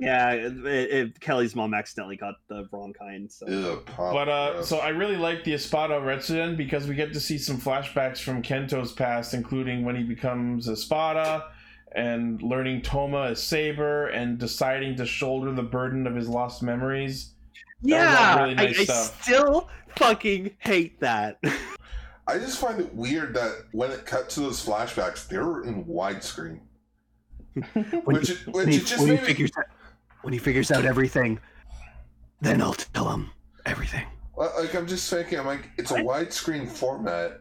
C: Yeah, it, it, Kelly's mom accidentally got the wrong kind. So
B: Ew, pop,
A: But uh,
B: gross.
A: so I really like the Espada Retsuden because we get to see some flashbacks from Kento's past, including when he becomes Espada and learning Toma as Saber and deciding to shoulder the burden of his lost memories.
C: yeah,
A: really nice
C: I, I
A: stuff.
C: still fucking hate that.
B: I just find it weird that when it cut to those flashbacks, they were in widescreen. Which it- which it just made me-
C: out, when he figures out everything, then I'll tell him everything.
B: Well, Like I'm just thinking, I'm like, it's a widescreen format.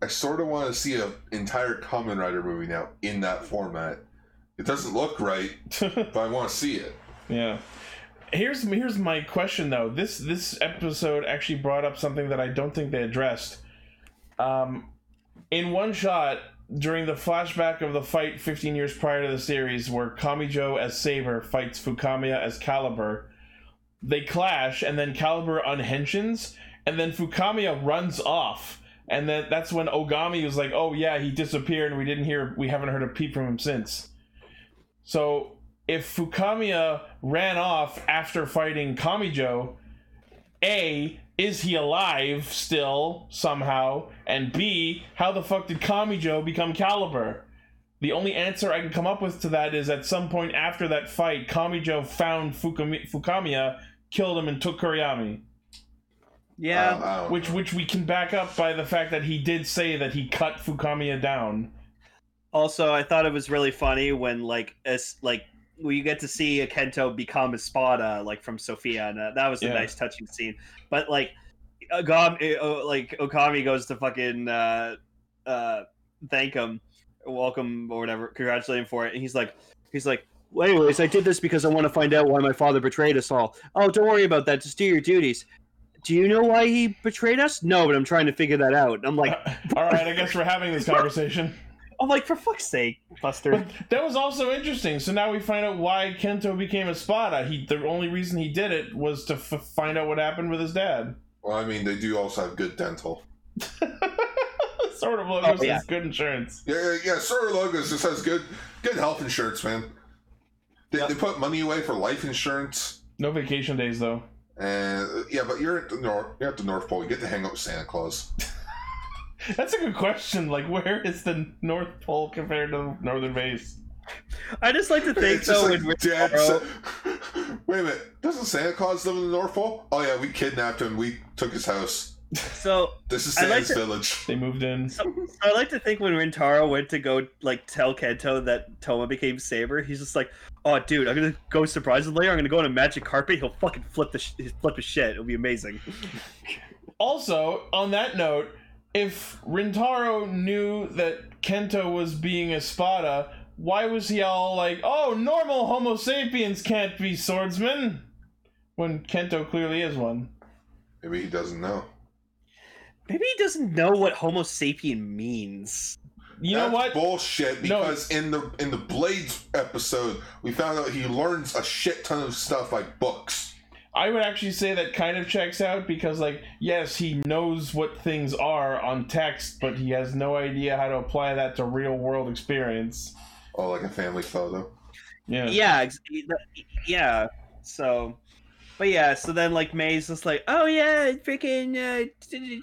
B: I sort of want to see an entire Common Rider movie now in that format. It doesn't look right, but I want to see it.
A: Yeah. Here's here's my question though. This this episode actually brought up something that I don't think they addressed. Um, in one shot during the flashback of the fight 15 years prior to the series, where Kamijo as Saber fights Fukamiya as Caliber, they clash and then Caliber unhensions, and then Fukamiya runs off. And then that's when Ogami was like, "Oh yeah, he disappeared, and we didn't hear, we haven't heard a peep from him since." So if Fukamiya ran off after fighting Kamijo, a is he alive still somehow? And B, how the fuck did Kamijo become Caliber? The only answer I can come up with to that is at some point after that fight, Kamijo found Fukami- Fukamiya, killed him, and took Kuriyami.
C: Yeah.
B: Um, I don't
A: Which
B: know.
A: which we can back up by the fact that he did say that he cut Fukamiya down.
C: Also, I thought it was really funny when like as like well, you get to see a Kento become a Spada like from Sophia, and uh, that was a
A: Yeah.
C: nice touching scene. But like, Ogami, uh, like Okami goes to fucking uh, uh, thank him, welcome or whatever, congratulate him for it, and he's like, he's like. Well, anyways, I did this because I want to find out why my father betrayed us all. Oh, don't worry about that. Just do your duties. Do you know why he betrayed us? No, but I'm trying to figure that out. And I'm like,
A: All right, I guess we're having this conversation.
C: I'm like, for fuck's sake, Buster. <laughs>
A: But that was also interesting. So now we find out why Kento became a Spada. He the only reason he did it was to f- find out what happened with his dad. <laughs>
B: Well, I mean, they do also have good dental.
A: sort of like
C: Oh,
A: it was
C: yeah.
A: it's good insurance.
B: Yeah, yeah, yeah. Sora Logos just has good, good health insurance, man. They, they put money away for life insurance,
A: No vacation days though.
B: and yeah, but you're at the north, you're at the North Pole. You get to hang out with Santa Claus.
A: That's a good question. Like, <laughs> where is the North Pole compared to the Northern Base?
C: I just like to think
B: It's just
C: though
B: like
C: when we're
B: dead
C: tomorrow-
B: Sa- <laughs> Wait a minute, doesn't Santa Claus live in the North Pole? Oh yeah, we kidnapped him. We took his house.
C: so,
B: This is
C: I like
B: Santa's
C: to-
B: village.
A: They moved in.
C: so I like to think when Rintaro went to go like tell Kento that Toma became Saber, he's just like, "Oh, dude, I'm gonna go surprise him later. I'm gonna go on a magic carpet. He'll fucking flip the sh- he'll flip his shit. It'll be amazing."
A: Also, on that note, if Rintaro knew that Kento was being a Spada, why was he all like, "Oh, normal Homo sapiens can't be swordsmen," when Kento clearly is one?
B: Maybe he doesn't know.
C: Maybe he doesn't know what Homo sapien means.
A: You know what?
B: That's Bullshit.
A: No.
B: Because in the in the Blades episode, we found out he learns a shit ton of stuff like books.
A: I would actually say that kind of checks out because, like, yes, he knows what things are on text, but he has no idea how to apply that to real world experience.
B: Oh, like a family photo.
A: Yeah.
C: Yeah, ex- yeah. So, but yeah. So then like May's just like, "Oh yeah, freaking uh,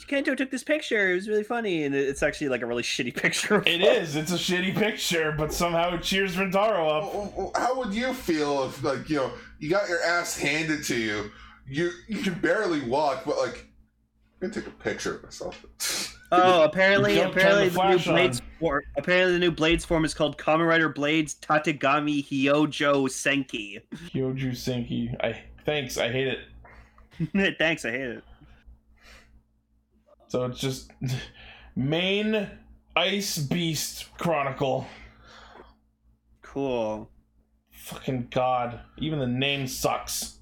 C: Kento took this picture. It was really funny, and it's actually like a really shitty <laughs> picture." of
A: It is. It's a shitty picture, but somehow it cheers Rintaro up.
B: Oh, oh, oh, How would you feel if, like, you know, you got your ass handed to you, you you can barely walk, but like, I'm gonna take a picture of myself. <laughs>
C: Oh, apparently,
A: Don't turn
C: apparently
A: the
C: the, new
A: flash on.
C: blades form. Apparently, the new blades form is called Kamen Rider Blades Tatagami Hyojo Senki. <laughs>
A: Hyoju Senki. I thanks. I hate it.
C: Thanks, I hate it.
A: So it's just <laughs> main ice beast chronicle.
C: Cool.
A: Fucking god. Even the name sucks.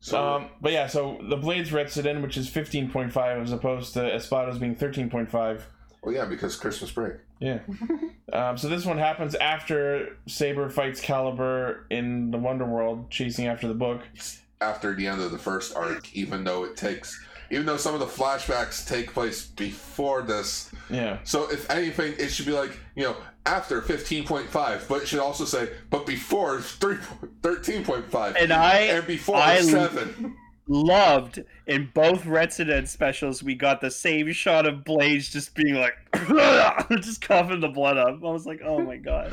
B: so,
A: um, but yeah, so the Blades Retsuden, which is 15.5 as opposed to Espado's being 13.5.
B: well, yeah, because Christmas break.
A: Yeah. um, so this one happens after Saber fights Caliber in the Wonder World, chasing after the book.
B: after the end of the first arc, even though it takes, even though some of the flashbacks take place before this.
A: Yeah.
B: So if anything, it should be like you know after fifteen point five, but it should also say but before three thirteen point five
C: And I
B: and before
C: I-
B: seven.
C: loved in both Resident specials, we got the same shot of Blades just being like, <laughs> just coughing the blood up. I was like, oh my god.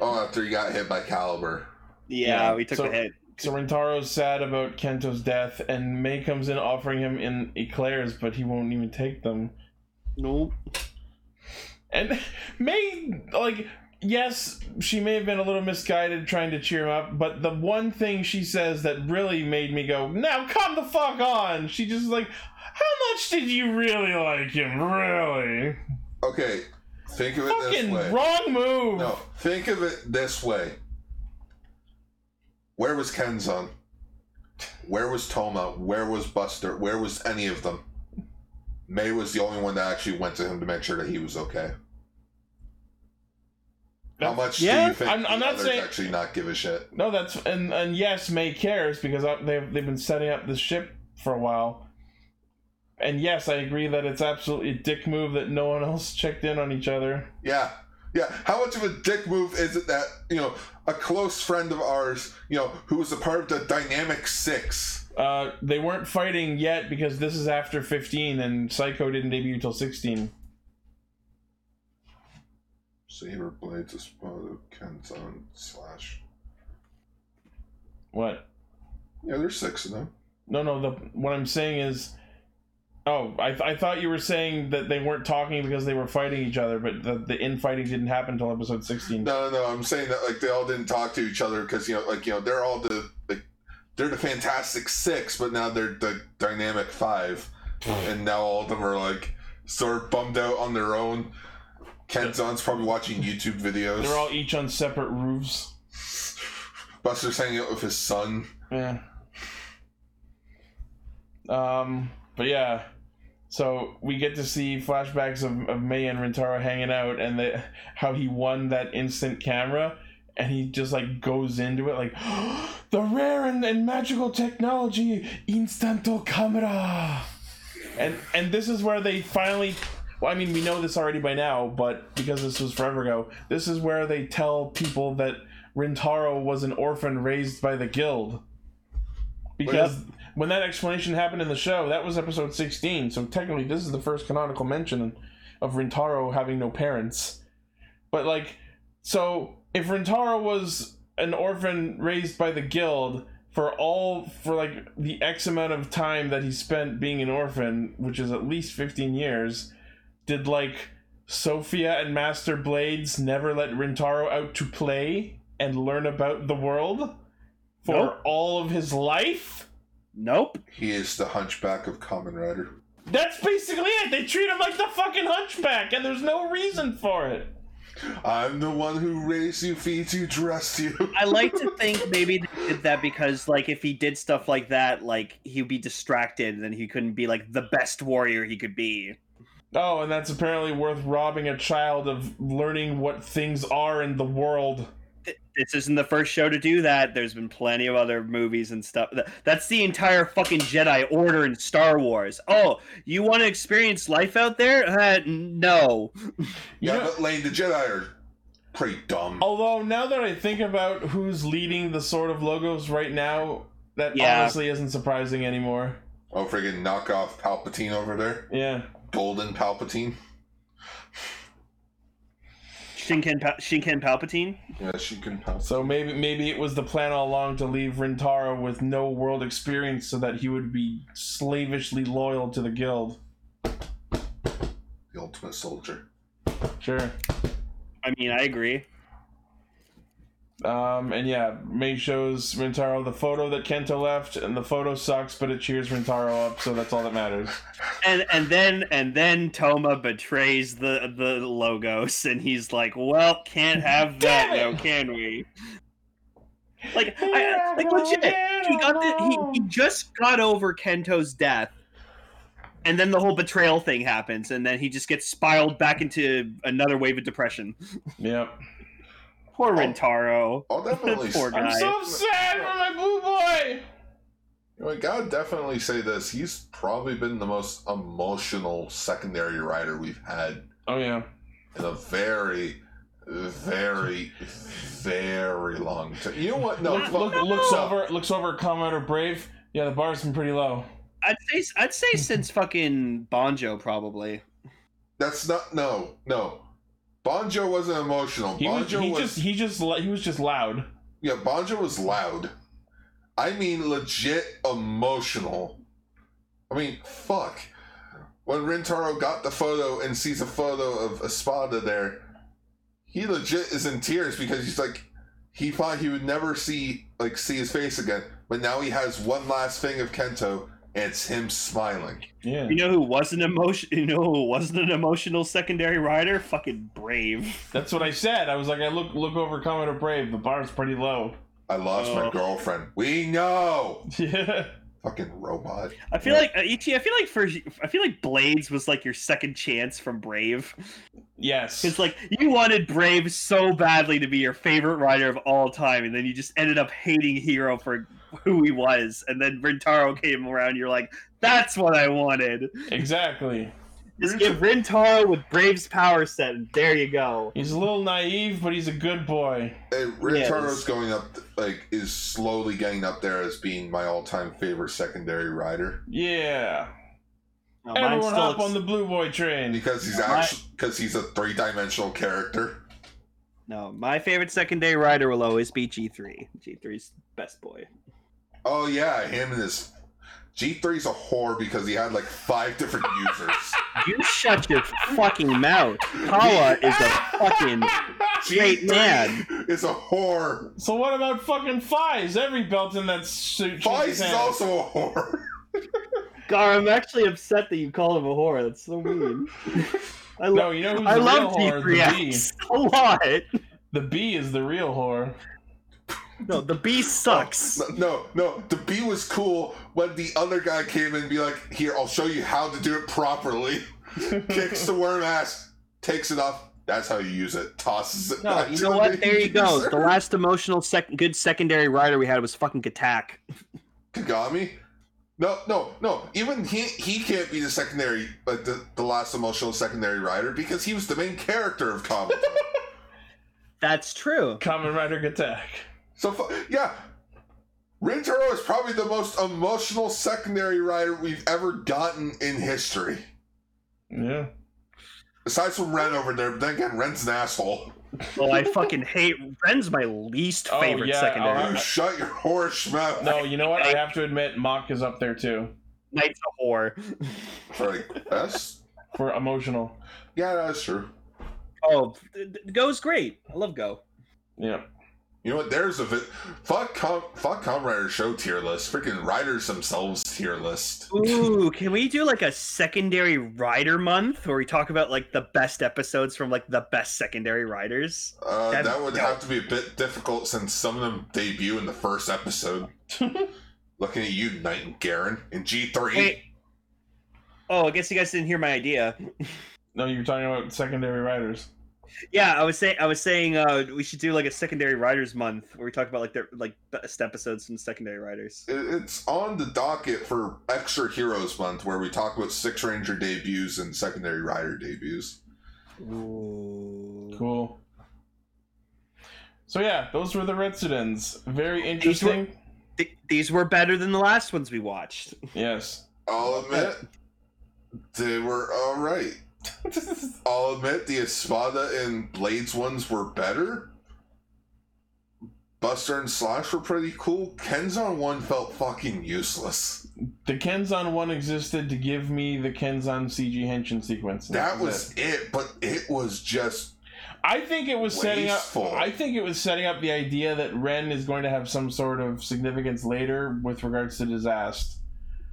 B: Oh, after you got hit by Caliber.
C: Yeah,
A: Yeah,
C: we took
A: so-
C: the hit.
A: So Rintaro's sad about Kento's death, and May comes in offering him in eclairs, but he won't even take them.
C: Nope.
A: And <laughs> May, like, yes, she may have been a little misguided trying to cheer him up, but the one thing she says that really made me go, now come the fuck on! She just like, how much did you really like him? Really?
B: Okay, think of it this
A: Fucking
B: way.
A: wrong move!
B: No, think of it this way. Where was Kenzan? Where was Toma? Where was Buster? Where was any of them? May was the only one that actually went to him to make sure that he was okay. How much do
C: Yeah,
B: you think
A: I'm- I'm
B: the
A: not
B: others
A: saying-
B: actually not give a shit?
A: uh, No, that's and and yes, May cares because I- they've they've been setting up the ship for a while. And yes, I agree that it's absolutely a dick move that no one <laughs> else checked in on each other.
B: Yeah. Yeah. How much of a dick move is it that, you know, a close friend of ours, you know, who was a part of the Dynamic Six?
A: Uh, they weren't fighting yet because this is after 15 and Psycho didn't debut until 16.
B: Saber blades is part of Kenzan slash.
A: What?
B: Yeah, there's six of them.
A: No, no, the, what I'm saying is. Oh, I, th- I thought you were saying that they weren't talking because they were fighting each other, but the, the infighting didn't happen until episode 16.
B: No, no, no. I'm saying that like they all didn't talk to each other because you know, like you know, they're all the like they're the Fantastic Six, but now they're the Dynamic Five,
A: Hmm.
B: and now all of them are like sort of bummed out on their own. Kenzan's probably watching YouTube videos.
A: They're all each on separate roofs.
B: Buster's hanging out with his son.
A: Yeah. Um, but yeah. So we get to see flashbacks of, of May and Rentaro hanging out and the, how he won that instant camera and he just like goes into it like <gasps> the rare and, and magical technology instanto camera and and this is where they finally well, I mean, we know this already by now, but because this was forever ago, this is where they tell people that Rintaro was an orphan raised by the guild. Because when that explanation happened in the show, that was episode 16, so technically this is the first canonical mention of Rintaro having no parents. But, like, so if Rintaro was an orphan raised by the guild, for all for like the x amount of time that he spent being an orphan which is at least 15 years did like Sophia and Master Blades never let Rintaro out to play and learn about the world for
C: Nope.
A: all of his life?
C: Nope.
B: He is the Hunchback of Common Rider.
A: That's basically it. They treat him like the fucking hunchback, and there's no reason for it.
B: I'm the one who raised you, feeds you, dressed you.
C: I like to think maybe they did that because, like, if he did stuff like that, like he'd be distracted and he couldn't be like the best warrior he could be.
A: Oh, and that's apparently worth robbing a child of learning what things are in the world.
C: This isn't the first show to do that. There's been plenty of other movies and stuff. Th- That's the entire fucking Jedi Order in Star Wars. Oh, you want to experience life out there? Uh, no.
A: You
B: Yeah,
A: know-
B: but Lane the Jedi are pretty dumb.
A: Although now that I think about who's leading the sort of logos right now, that
C: Yeah.
A: honestly isn't surprising anymore.
B: Oh, friggin' knockoff Palpatine over there.
A: Yeah.
B: Golden Palpatine.
C: Shinken, pa- Shinken Palpatine.
B: Yeah, she can pass.
A: So maybe maybe it was the plan all along to leave Rintaro with no world experience so that he would be slavishly loyal to the guild.
B: The ultimate soldier.
A: Sure.
C: I mean, I agree.
A: Um, and yeah, May shows Rintaro the photo that Kento left, and the photo sucks, but it cheers Rintaro up, so that's all that matters.
C: and and then and then Toma betrays the the logos, and he's like, "Well, can't have that
A: Damn it!"
C: now, can we?" Like, I, like legit, he got the, he he just got over Kento's death, and then the whole betrayal thing happens, and then he just gets spiraled back into another wave of depression.
A: Yep.
C: Poor
A: Oh.
C: Rentaro.
A: <laughs>
B: I'll definitely.
C: Poor guy.
A: I'm so sad for my blue boy!
B: I gotta definitely say this. He's probably been the most emotional secondary rider we've had
A: Oh, yeah.
B: in a very, very, very long time. You know what? No,
A: Look,
B: fuck-
A: look, looks
B: no.
A: over, looks over at Commander Brave. Yeah, the bar's been pretty low.
C: I'd say
A: <laughs>
C: I'd say since fucking Bonjo probably.
B: That's not. No, no. Bonjo wasn't emotional.
A: He was,
B: Bonjo
A: he
B: was.
A: just, he just, li- he was just loud.
B: yeah, Bonjo was loud. I mean, legit emotional. I mean, fuck. When Rintaro got the photo and sees a photo of Espada there, he legit is in tears because he's like, he thought he would never see like see his face again, but now he has one last thing of Kento, and it's him smiling.
A: Yeah.
C: You know who wasn't emotion? You know who wasn't an emotional secondary rider? Fucking Brave.
A: That's what I said. I was like, I look, look over Commander Brave. The bar's pretty low. <laughs>
B: I lost my
C: Oh.
B: girlfriend. We know.
A: Yeah.
B: Fucking robot.
C: I feel like uh, Ichi. I feel like for I feel like Blades was like your second chance from Brave.
A: Yes.
C: It's like you wanted Brave so badly to be your favorite rider of all time, and then you just ended up hating Hero for who he was, and then Rintaro came around. You're like, that's what I wanted.
A: Exactly.
C: Just give Rintaro with Brave's power set, and there you go.
A: He's a little naive, but he's a good boy.
B: Hey, Rintaro's going up, like, is slowly getting up there as being my all time favorite secondary rider
A: Yeah.
C: No, mine
A: Everyone
C: still
A: hop
C: ex-
A: on the blue boy train.
B: because he's
C: Yeah, my-
B: actually because he's a three dimensional character.
C: no, my favorite secondary rider will always be G3. G3's best boy.
B: Oh yeah, him and his G3's a whore because he had like five
C: <laughs>
B: different users.
C: You shut your fucking mouth. Kawa is a fucking
A: <laughs>
C: straight man.
B: It's a whore.
A: So what about fucking Fize? Every belt in that suit.
B: Vice is
A: has-
B: also a whore. <laughs>
C: Gar, I'm actually upset that you call him a whore. That's so mean. I,
A: No,
C: lo-
A: you know who's
C: I
A: the
C: love
A: real whore? The bee.
C: D3X a lot.
A: The bee is the real whore.
C: No, the B sucks.
B: No, no, no, the B was cool when the other guy came in and be like, "Here, I'll show you how to do it properly."
A: <laughs>
B: Kicks the worm ass, takes it off. That's how you use it. Tosses it.
C: No,
B: back
C: you
B: to
C: know
B: the
C: what?
B: main
C: There you go.
B: user.
C: The last emotional sec- good secondary rider we had was fucking Katak.
B: Kagami. No, no, no. Even he he can't be the secondary, like the, the last emotional secondary rider because he was the main character of
C: <laughs>
B: Kamen.
C: That's true.
A: Common Rider Attack.
B: so fu- yeah, Rintaro is probably the most emotional secondary rider we've ever gotten in history.
A: Yeah.
B: Aside from Ren over there, but then again, Ren's an asshole.
C: Well, I fucking hate. Ren's my least
A: Oh,
C: favorite
A: yeah,
C: secondary.
A: I'll-
B: You shut your horse mouth.
A: No, you know what? I have to admit, Mock is up there too.
C: Knight's a whore.
B: Like, that's
A: For emotional.
B: yeah, that's true.
C: Oh, th- th- Go's great. I love Go.
A: Yeah.
B: You know what? There's a vi- fuck com- fuck Comrade show tier list. Freaking riders themselves tier list.
C: Ooh, can we do like a secondary rider month where we talk about like the best episodes from like the best secondary riders?
B: Uh,
C: That'd
B: that would
C: be
B: have to be a bit difficult since some of them debut in the first episode. Looking at you, Knight and Garen in G
C: Wait.
B: three.
C: Oh, I guess you guys didn't hear my idea.
A: No, you're talking about secondary riders.
C: Yeah, I was saying I was saying uh we should do like a secondary riders month where we talk about like their like best episodes from secondary riders.
B: It's on the docket for Extra Heroes Month, where we talk about Six Ranger debuts and secondary rider debuts.
A: Cool. So yeah, those were the Retsudens. Very
C: These were-
A: interesting.
C: Th- these were better than the last ones we watched. <laughs>
A: Yes.
B: I'll admit, they were all right. I'll admit the Espada and Blades ones were better. Buster and Slash were pretty cool. Kenzan one felt fucking useless.
A: The Kenzan one existed to give me the Kenzan CG Henshin sequence. and
B: That
A: it.
B: was it, but it was just
A: I think it was setting up.
B: Wasteful.
A: I think it was setting up the idea that Ren is going to have some sort of significance later with regards to disaster.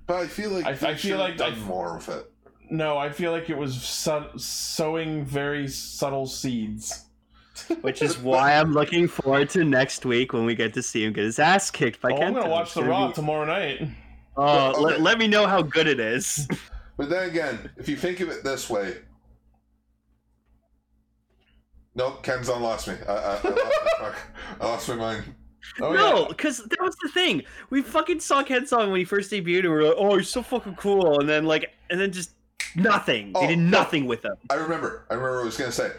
B: but I feel like
A: I-
B: they
A: I feel
B: should've
A: like-
B: done
A: I-
B: more of it.
A: No, I feel like it was su- sowing very subtle seeds.
C: Which <laughs> is why I'm looking forward to next week when we get to see him get his ass kicked by
A: Oh, I'm gonna
C: Kento.
A: watch
C: It's
A: the
C: gonna
A: Raw
C: be-
A: tomorrow night.
C: Oh,
B: Okay.
C: let, let me know how good it is.
B: But then again, if you think of it this way, nope, Kenzan lost me. I, I, I, lost,
A: <laughs>
B: my fuck. I lost my mind.
A: Oh
C: no, because that was the thing. We fucking saw Ken Song when he first debuted, and we are like, "Oh, he's so fucking cool," and then like, and then just nothing.
B: Oh,
C: they did
B: no.
C: nothing with him.
B: I remember. I remember what I was gonna say.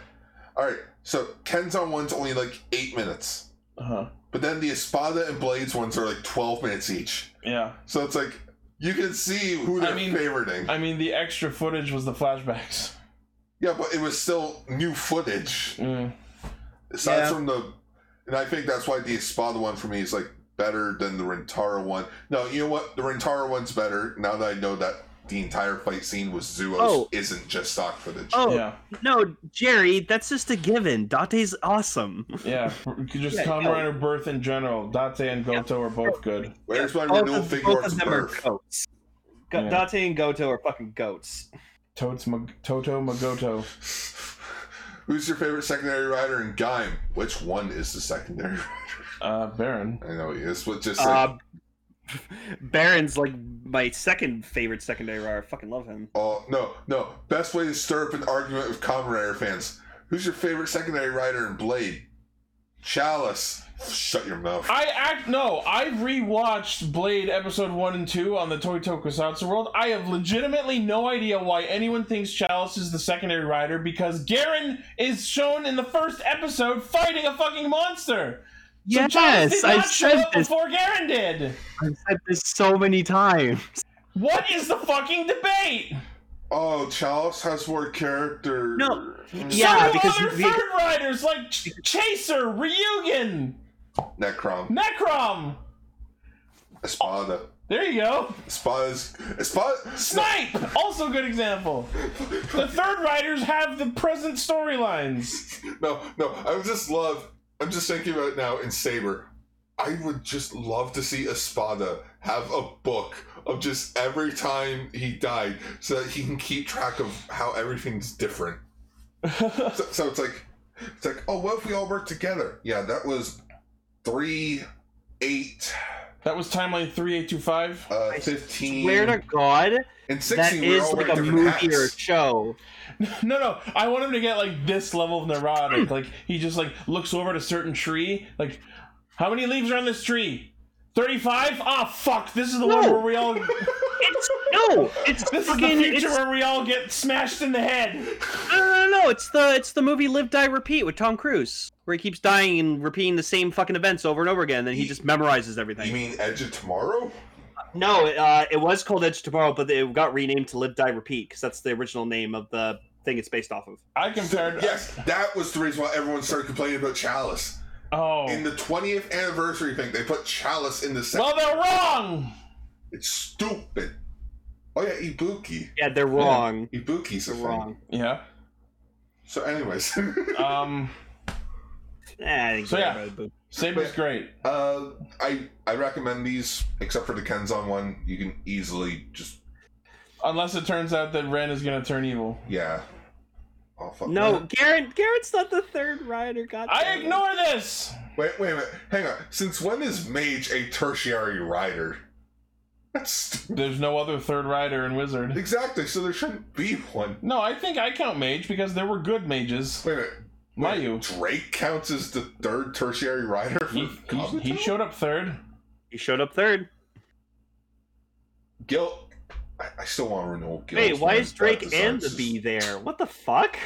B: All right, so Kenzan one's only like eight minutes,
A: yeah. Uh-huh.
B: but then the Espada and Blades ones are like twelve minutes each.
A: Yeah.
B: So it's like you can see who
A: I
B: they're
A: mean-
B: favoriting.
A: I mean, the extra footage was the flashbacks. <laughs>
B: yeah, but it was still new footage.
A: Mm.
B: aside
C: Yeah.
B: from the and i think that's why the espada one for me is like better than the rentaro one no you know what the rentaro one's better now that i know that the entire fight scene with zuos
C: Oh.
B: isn't just stock footage
C: Oh
A: Yeah.
C: no, Jerry, that's just a given. Dante's awesome.
A: Yeah. Just
C: Yeah,
A: Kamen
C: no.
A: Rider Birth in general. Date and Goto are both good.
B: where's my
C: Both
B: renewal
C: of-
B: figure
C: both
B: arts
C: of them are
B: birth
C: goats. Go-
A: Yeah.
C: Dante and Goto are fucking goats.
A: Totes Mag- Toto Magoto.
B: <laughs> who's your favorite secondary rider in gaim which one is the secondary
A: Uh, Baron.
B: i know he is but just like,
C: Uh, <laughs> Baron's like my second favorite secondary rider. I fucking love him.
B: oh no no best way to stir up an argument with Kamen Rider fans who's your favorite secondary rider in blade Chalice. Shut your mouth.
A: I act no. I rewatched Blade episode one and two on the Toy Tokusatsu world. I have legitimately no idea why anyone thinks Chalice is the secondary rider because Garen is shown in the first episode fighting a fucking monster. So
C: Yes,
A: Chalice did
C: I
A: not show
C: said
A: up
C: this.
A: before Garen did.
C: I've said this so many times.
A: What is the fucking debate?
B: Oh, Chalice has more character. Hmm.
C: No.
A: so
C: Yeah,
A: do
C: because
A: other
C: we-
A: third riders like Ch- Chaser, Ryugen,
B: Necrom.
A: Necrom.
B: Espada.
A: There you go.
B: Espada's. Espada.
A: Snipe! Also a good example. The third riders have the present storylines.
B: No, no. I would just love. I'm just thinking about it now in Saber. I would just love to see Espada have a book of just every time he died, so that he can keep track of how everything's different. so, so it's like, it's like, oh, what if we all work together? Yeah, that was three, eight,
A: That was timeline 3825.
B: uh,
C: I
B: fifteen,
C: swear to God,
B: and
C: that
B: sixteen. we were
C: is
B: all
C: like
B: wearing
C: a
B: different
C: movie
B: hats.
C: or a show.
A: No, no, I want him to get like this level of neurotic. Like he just like looks over at a certain tree. Like, how many leaves are on this tree? 35? Ah, fuck. This is the one
C: No.
A: where we all.
C: It's no, it's
A: This is the
C: fucking.
A: future
C: It's,
A: where we all get smashed in the head.
C: no, no, no, no, it's the it's the movie Live, Die, Repeat with Tom Cruise, where he keeps dying and repeating the same fucking events over and over again. Then he just memorizes
B: You
C: everything.
B: mean Edge of Tomorrow?
C: No, it, uh, it was called Edge of Tomorrow, but it got renamed to Live, Die, Repeat because that's the original name of the thing it's based off of.
A: I compared.
B: Yes, that was the reason why everyone started complaining about Chalice.
A: Oh.
B: In the 20th anniversary thing, they put Chalice in the second.
A: Well, they're wrong.
B: it's stupid. Oh yeah, Ibuki.
C: Yeah, they're wrong.
B: Ibuki's a
C: They're
B: thing.
C: wrong.
A: Yeah.
B: So, anyways, <laughs>
A: Um.
C: Eh, I think
A: So,
C: they're
A: yeah.
C: right, but-
A: Saber's great.
B: uh, I I recommend these except for the Kenzon one. You can easily just
A: Unless it turns out that Ren is gonna turn evil.
B: yeah. Oh fuck.
C: No, Garrett. Garrett's not the third rider. God.
A: I
C: damn it.
A: ignore this.
B: Wait wait a minute. Hang on. Since when is Mage a tertiary rider?
A: <laughs>
B: That's stupid.
A: There's no other third rider in Wizard.
B: Exactly. So there shouldn't be one.
A: No, I think I count mage because there were good mages.
B: Wait a minute. Wait,
A: Mayu.
B: Drake counts as the third tertiary rider. For
A: He, he, he
B: Kabuto?
A: showed up third.
C: He showed up third.
B: Guilt. I, I still want to renewal guilt.
C: Wait, why is Drake and the bee there? What the fuck?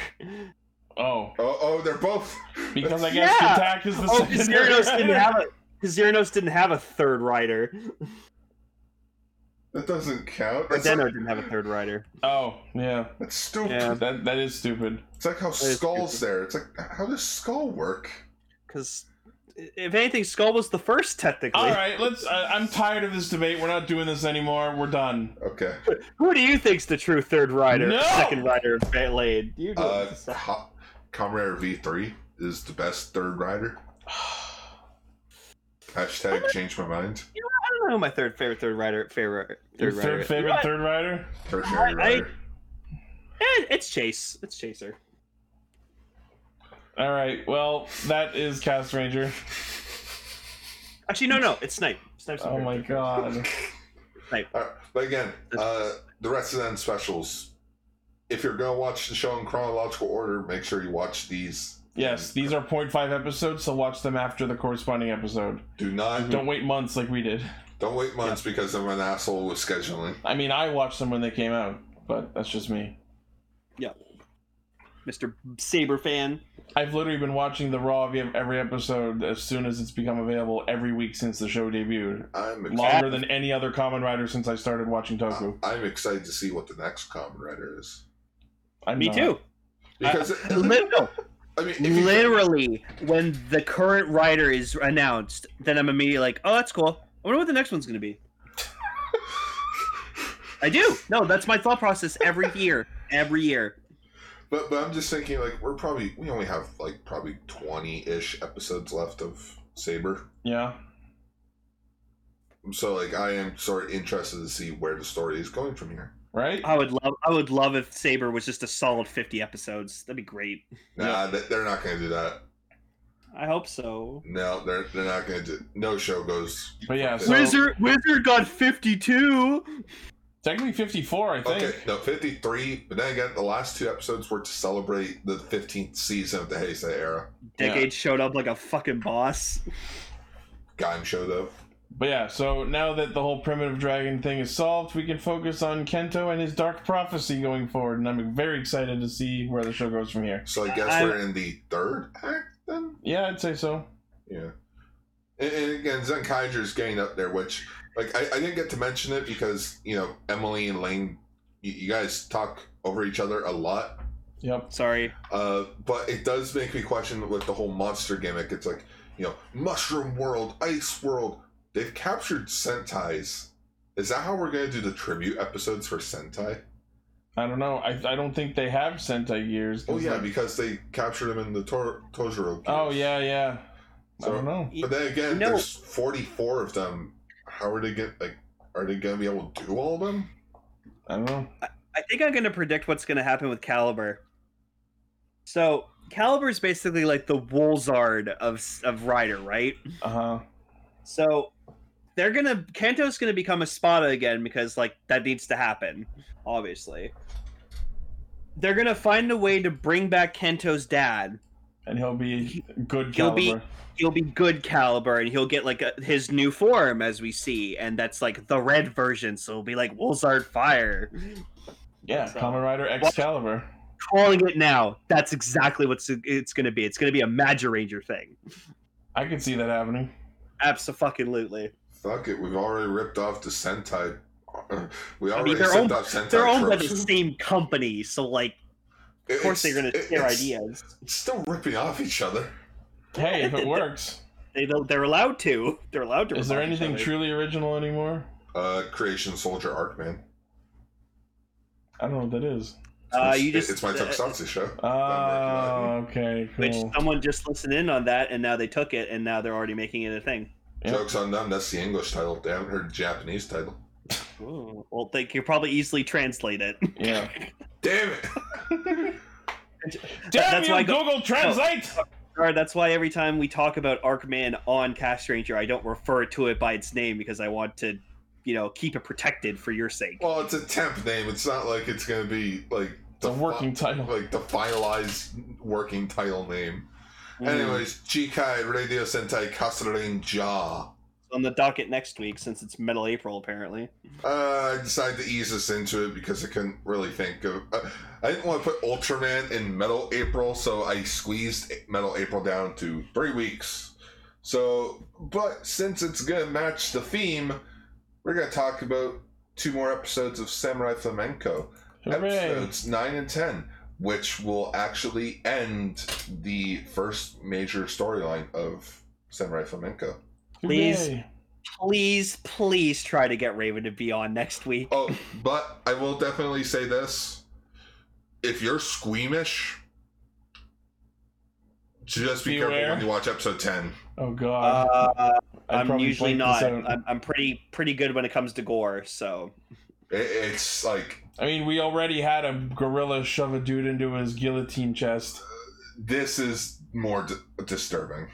A: Oh,
B: Oh, oh, they're both.
A: because I guess
C: Yeah.
A: Attack is the
C: Oh, because
A: secondary
C: Xeranos
A: <laughs>
C: didn't
A: rider.
C: have a because Xeranos didn't have a third rider.
B: That doesn't count.
C: Or
B: That's, like-
C: Deno didn't have a third rider.
A: Oh, yeah.
B: that's stupid.
C: Yeah.
A: That that is stupid.
B: It's like how
C: is
B: Skull's there. It's like, how does Skull work?
C: Because if anything, Skull was the first technically.
A: All right, let's. I, I'm tired of this debate. We're not doing this anymore. We're
C: <sighs>
A: done.
C: <laughs>
B: Okay.
C: Who do you think's the true third rider,
A: No!
C: second rider of Lane? You do
B: Uh, Ho- Comrade V3 is the best third rider. Hashtag change my mind.
C: I don't know who my third favorite third rider favorite
A: Your
C: third rider.
A: third
C: is.
A: favorite
C: What?
A: third rider.
B: Tertiary
C: I- I-
B: rider.
C: Eh, it's Chase. It's Chaser.
A: All right. Well, that is Cast Ranger.
C: Actually, no, no, it's Snipe. Snipe's the
A: Oh
C: third
A: my
C: rider.
A: <laughs> god.
B: All right, but again, uh, the rest of them specials. If you're gonna watch the show in chronological order, make sure you watch these.
A: Yes, these are 0.5 episodes, so watch them after the corresponding episode.
B: Do not
A: Don't wait months like we did.
B: don't wait months because I'm an asshole with scheduling.
A: I mean, I watched them when they came out, but that's just me.
C: Mr. Saber fan.
A: I've literally been watching the raw of ev- every episode as soon as it's become available every week since the show debuted.
B: I'm excited.
A: Longer than any other common writer since I started watching Toku.
B: I'm excited to see what the next common writer is
A: I'm
C: Me
A: not.
C: too.
B: because
C: <laughs> Lit- no,
B: I mean, if you-
C: literally when the current writer is announced then i'm immediately like oh that's cool i wonder what the next one's gonna be i do no that's my thought process every year every year
B: <laughs> but but I'm just thinking like we're probably we only have like probably twenty ish episodes left of Saber,
A: Yeah.
B: so like I am sort of interested to see where the story is going from here.
A: Right?
C: i would love i would love if saber was just a solid 50 episodes that'd be great
B: Nah, they- they're not gonna do that.
C: i hope so
B: No, they're they're not gonna do. No show goes.
A: But yeah, so
C: wizard wizard got 52
A: Technically 54, I think.
B: Okay, no, 53. But then again, the last two episodes were to celebrate the 15th season of the Heisei era.
C: Decade showed up like a fucking boss.
B: Gaim showed up.
A: But yeah, so now that the whole primitive dragon thing is solved, we can focus on Kento and his dark prophecy going forward, and I'm very excited to see where the show goes from here.
B: So I guess we're in the third act then?
A: Yeah, I'd say so.
B: Yeah. And, and again, Zen Kaiser's getting up there, which, like, I, I didn't get to mention it because, you know, Emily and Lane, you, you guys talk over each other a lot.
A: Yep.
C: Sorry.
B: Uh, but it does make me question with the whole monster gimmick. It's like, you know, Mushroom World, Ice World. They've captured Sentai's. Is that how we're going to do the tribute episodes for Sentai?
A: I don't know. I, I don't think they have Sentai gears. 'cause
B: Oh, yeah,
A: like-
B: because they captured him in the Tor- Tojuro.
A: oh,
B: games.
A: yeah, yeah. I don't know.
B: But then again,
C: You know-
B: there's 44 of them. How are they get like? Are they gonna be able to do all of them?
A: I don't know.
C: I think I'm going to predict what's going to happen with Caliber. So Caliber is basically like the Wolzard of of Rider, right?
A: Uh huh.
C: So they're gonna Kanto's gonna become a Spada again because like that needs to happen, obviously. They're gonna find a way to bring back Kento's dad.
A: And he'll be good
C: He'll be-
A: caliber.
C: He'll be good caliber, and he'll get like a, his new form as we see, and that's like the red version. So it'll be like Wolzard Fire.
A: yeah,
C: so-
A: Kamen Rider Excalibur.
C: Calling it now. That's exactly what it's gonna be. It's gonna be a Magiranger thing.
A: I could see that happening.
C: Absolutely.
B: Fuck it, we've already ripped off the Sentai. <laughs> We
C: I
B: already
C: mean, they're
B: ripped
C: owned-
B: off Sentai.
C: They're owned by the
B: tropes.
C: same company, so like, of
B: It-
C: course they're gonna
B: it's-
C: share
B: it's
C: ideas.
B: Still ripping off each other.
A: Hey,
C: <laughs>
A: if it works.
C: They don't, they're allowed to. <laughs> They're allowed to.
A: Is there
C: rip off each
A: anything
C: other.
A: truly original anymore?
B: Uh, Creation Soldier Arc, man.
A: I don't know what that is.
C: Uh,
B: It's-
C: you just
B: it's my
C: uh,
B: Tokusatsu show.
A: Oh, okay,
C: which
A: cool.
C: someone just listened in on that, and now they took it, and now they're already making it a thing.
A: Yep.
B: Jokes on them. That's the English title. They haven't heard the Japanese title.
C: Well, they could probably easily translate it. <laughs>
A: Yeah.
B: Damn it! <laughs>
A: Damn
C: that's
A: you,
C: why I go- Oh,
A: Google Translate!
C: All right, that's why every time we talk about Arcman on Cast Ranger, I don't refer to it by its name because I want to, you know, keep it protected for your sake.
B: Well, it's a temp name. It's not like it's gonna be like
A: It's a
B: the
A: working title.
B: like the finalized working title name.
C: Mm.
B: Anyways, Chikai Radio Sentai Kasurin Ja.
C: It's on the docket next week, since it's Metal April, apparently.
B: Uh, I decided to ease us into it because I couldn't really think of. Uh, I didn't want to put Ultraman in Metal April, so I squeezed Metal April down to three weeks. So, but since it's gonna match the theme, we're gonna talk about two more episodes of Samurai Flamenco.
A: Hooray!
B: episodes 9 and 10 which will actually end the first major storyline of samurai flamenco
C: Please.
A: Hooray.
C: Please, please try to get Raven to be on next week.
B: oh but i will definitely say this if you're squeamish just be
A: Beware.
B: careful when you watch episode 10
A: Oh, God.
C: Uh,
A: I'd
C: I'm
A: probably
C: usually
A: blank this
C: not.
A: out.
C: I'm, I'm pretty pretty good when it comes to gore, so
B: It- it's like
A: I mean, we already had a gorilla shove a dude into his guillotine chest.
B: this is more d- disturbing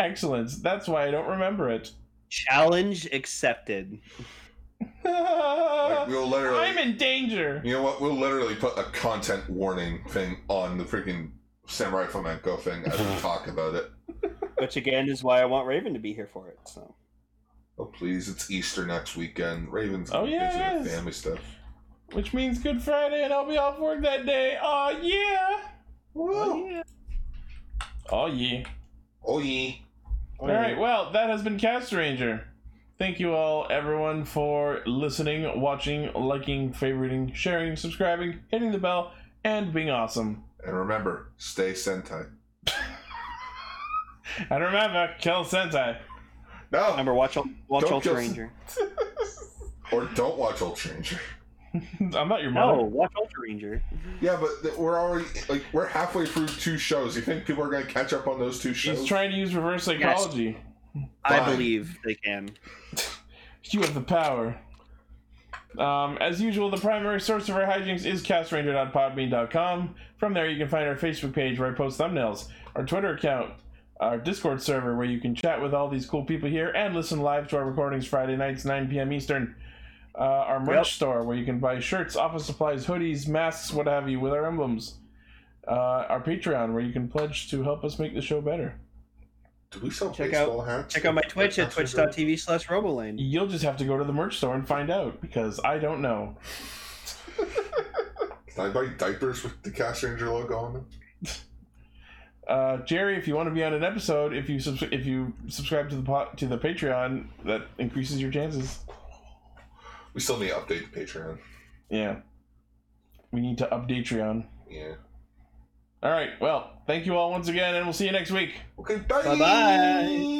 A: Excellence. That's why I don't remember it. <laughs>
C: challenge accepted.
B: like we'll literally
A: Uh, I'm in danger.
B: You know what? We'll literally put a content warning thing on the freaking Samurai Flamenco thing as we talk about it.
C: Which again is why I want Raven to be here for it. So
B: Oh please, it's Easter next weekend. Ravens
A: Oh, yeah,
B: busy
A: it
B: with
A: is.
B: family stuff.
A: Which means Good Friday, and I'll be off work that day. Aw, yeah. Oh, yeah. Oh, yeah.
B: Oh yeah.
A: All right, well, that has been Cast Ranger. Thank you all, everyone, for listening, watching, liking, favoriting, sharing, subscribing, hitting the bell, and being awesome.
B: And remember, stay Sentai.
A: And remember, kill Sentai. <laughs>
B: No,
C: remember, watch Ul- watch
B: Don't
C: Ultra
B: kill-
C: Ranger.
B: or don't watch Old Stranger.
A: I'm not your
C: No,
A: mother.
C: watch Ultra Ranger.
B: Yeah, but th- we're already like we're halfway through two shows. You think people are gonna catch up on those two shows?
A: He's trying to use reverse psychology.
C: I
B: Fine.
C: believe they can.
A: You have the power. Um, as usual, the primary source of our hijinks is castranger.podbean.com. From there, you can find our Facebook page where I post thumbnails, our Twitter account, our Discord server where you can chat with all these cool people here and listen live to our recordings Friday nights, 9 p.m. Eastern. uh, our merch store where you can buy shirts, office supplies, hoodies, masks, what have you, with our emblems. Uh, our Patreon where you can pledge to help us make the show better.
B: Do we sell
C: Check out-
B: baseball hats?
C: Check out my Twitch at
B: That's-
C: twitch.tv slash Robolane.
A: You'll just have to go to the merch store and find out because I don't know.
B: Can I buy diapers with the Cast Ranger logo on them?
A: Uh, Jerry, if you want to be on an episode, if you subs- if you subscribe to the po- to the Patreon, that increases your chances.
B: We still need to update the Patreon.
A: Yeah, we need to update Patreon.
B: Yeah.
A: All right. Well, thank you all once again, and we'll see you next week.
B: Okay, bye.
C: Bye bye.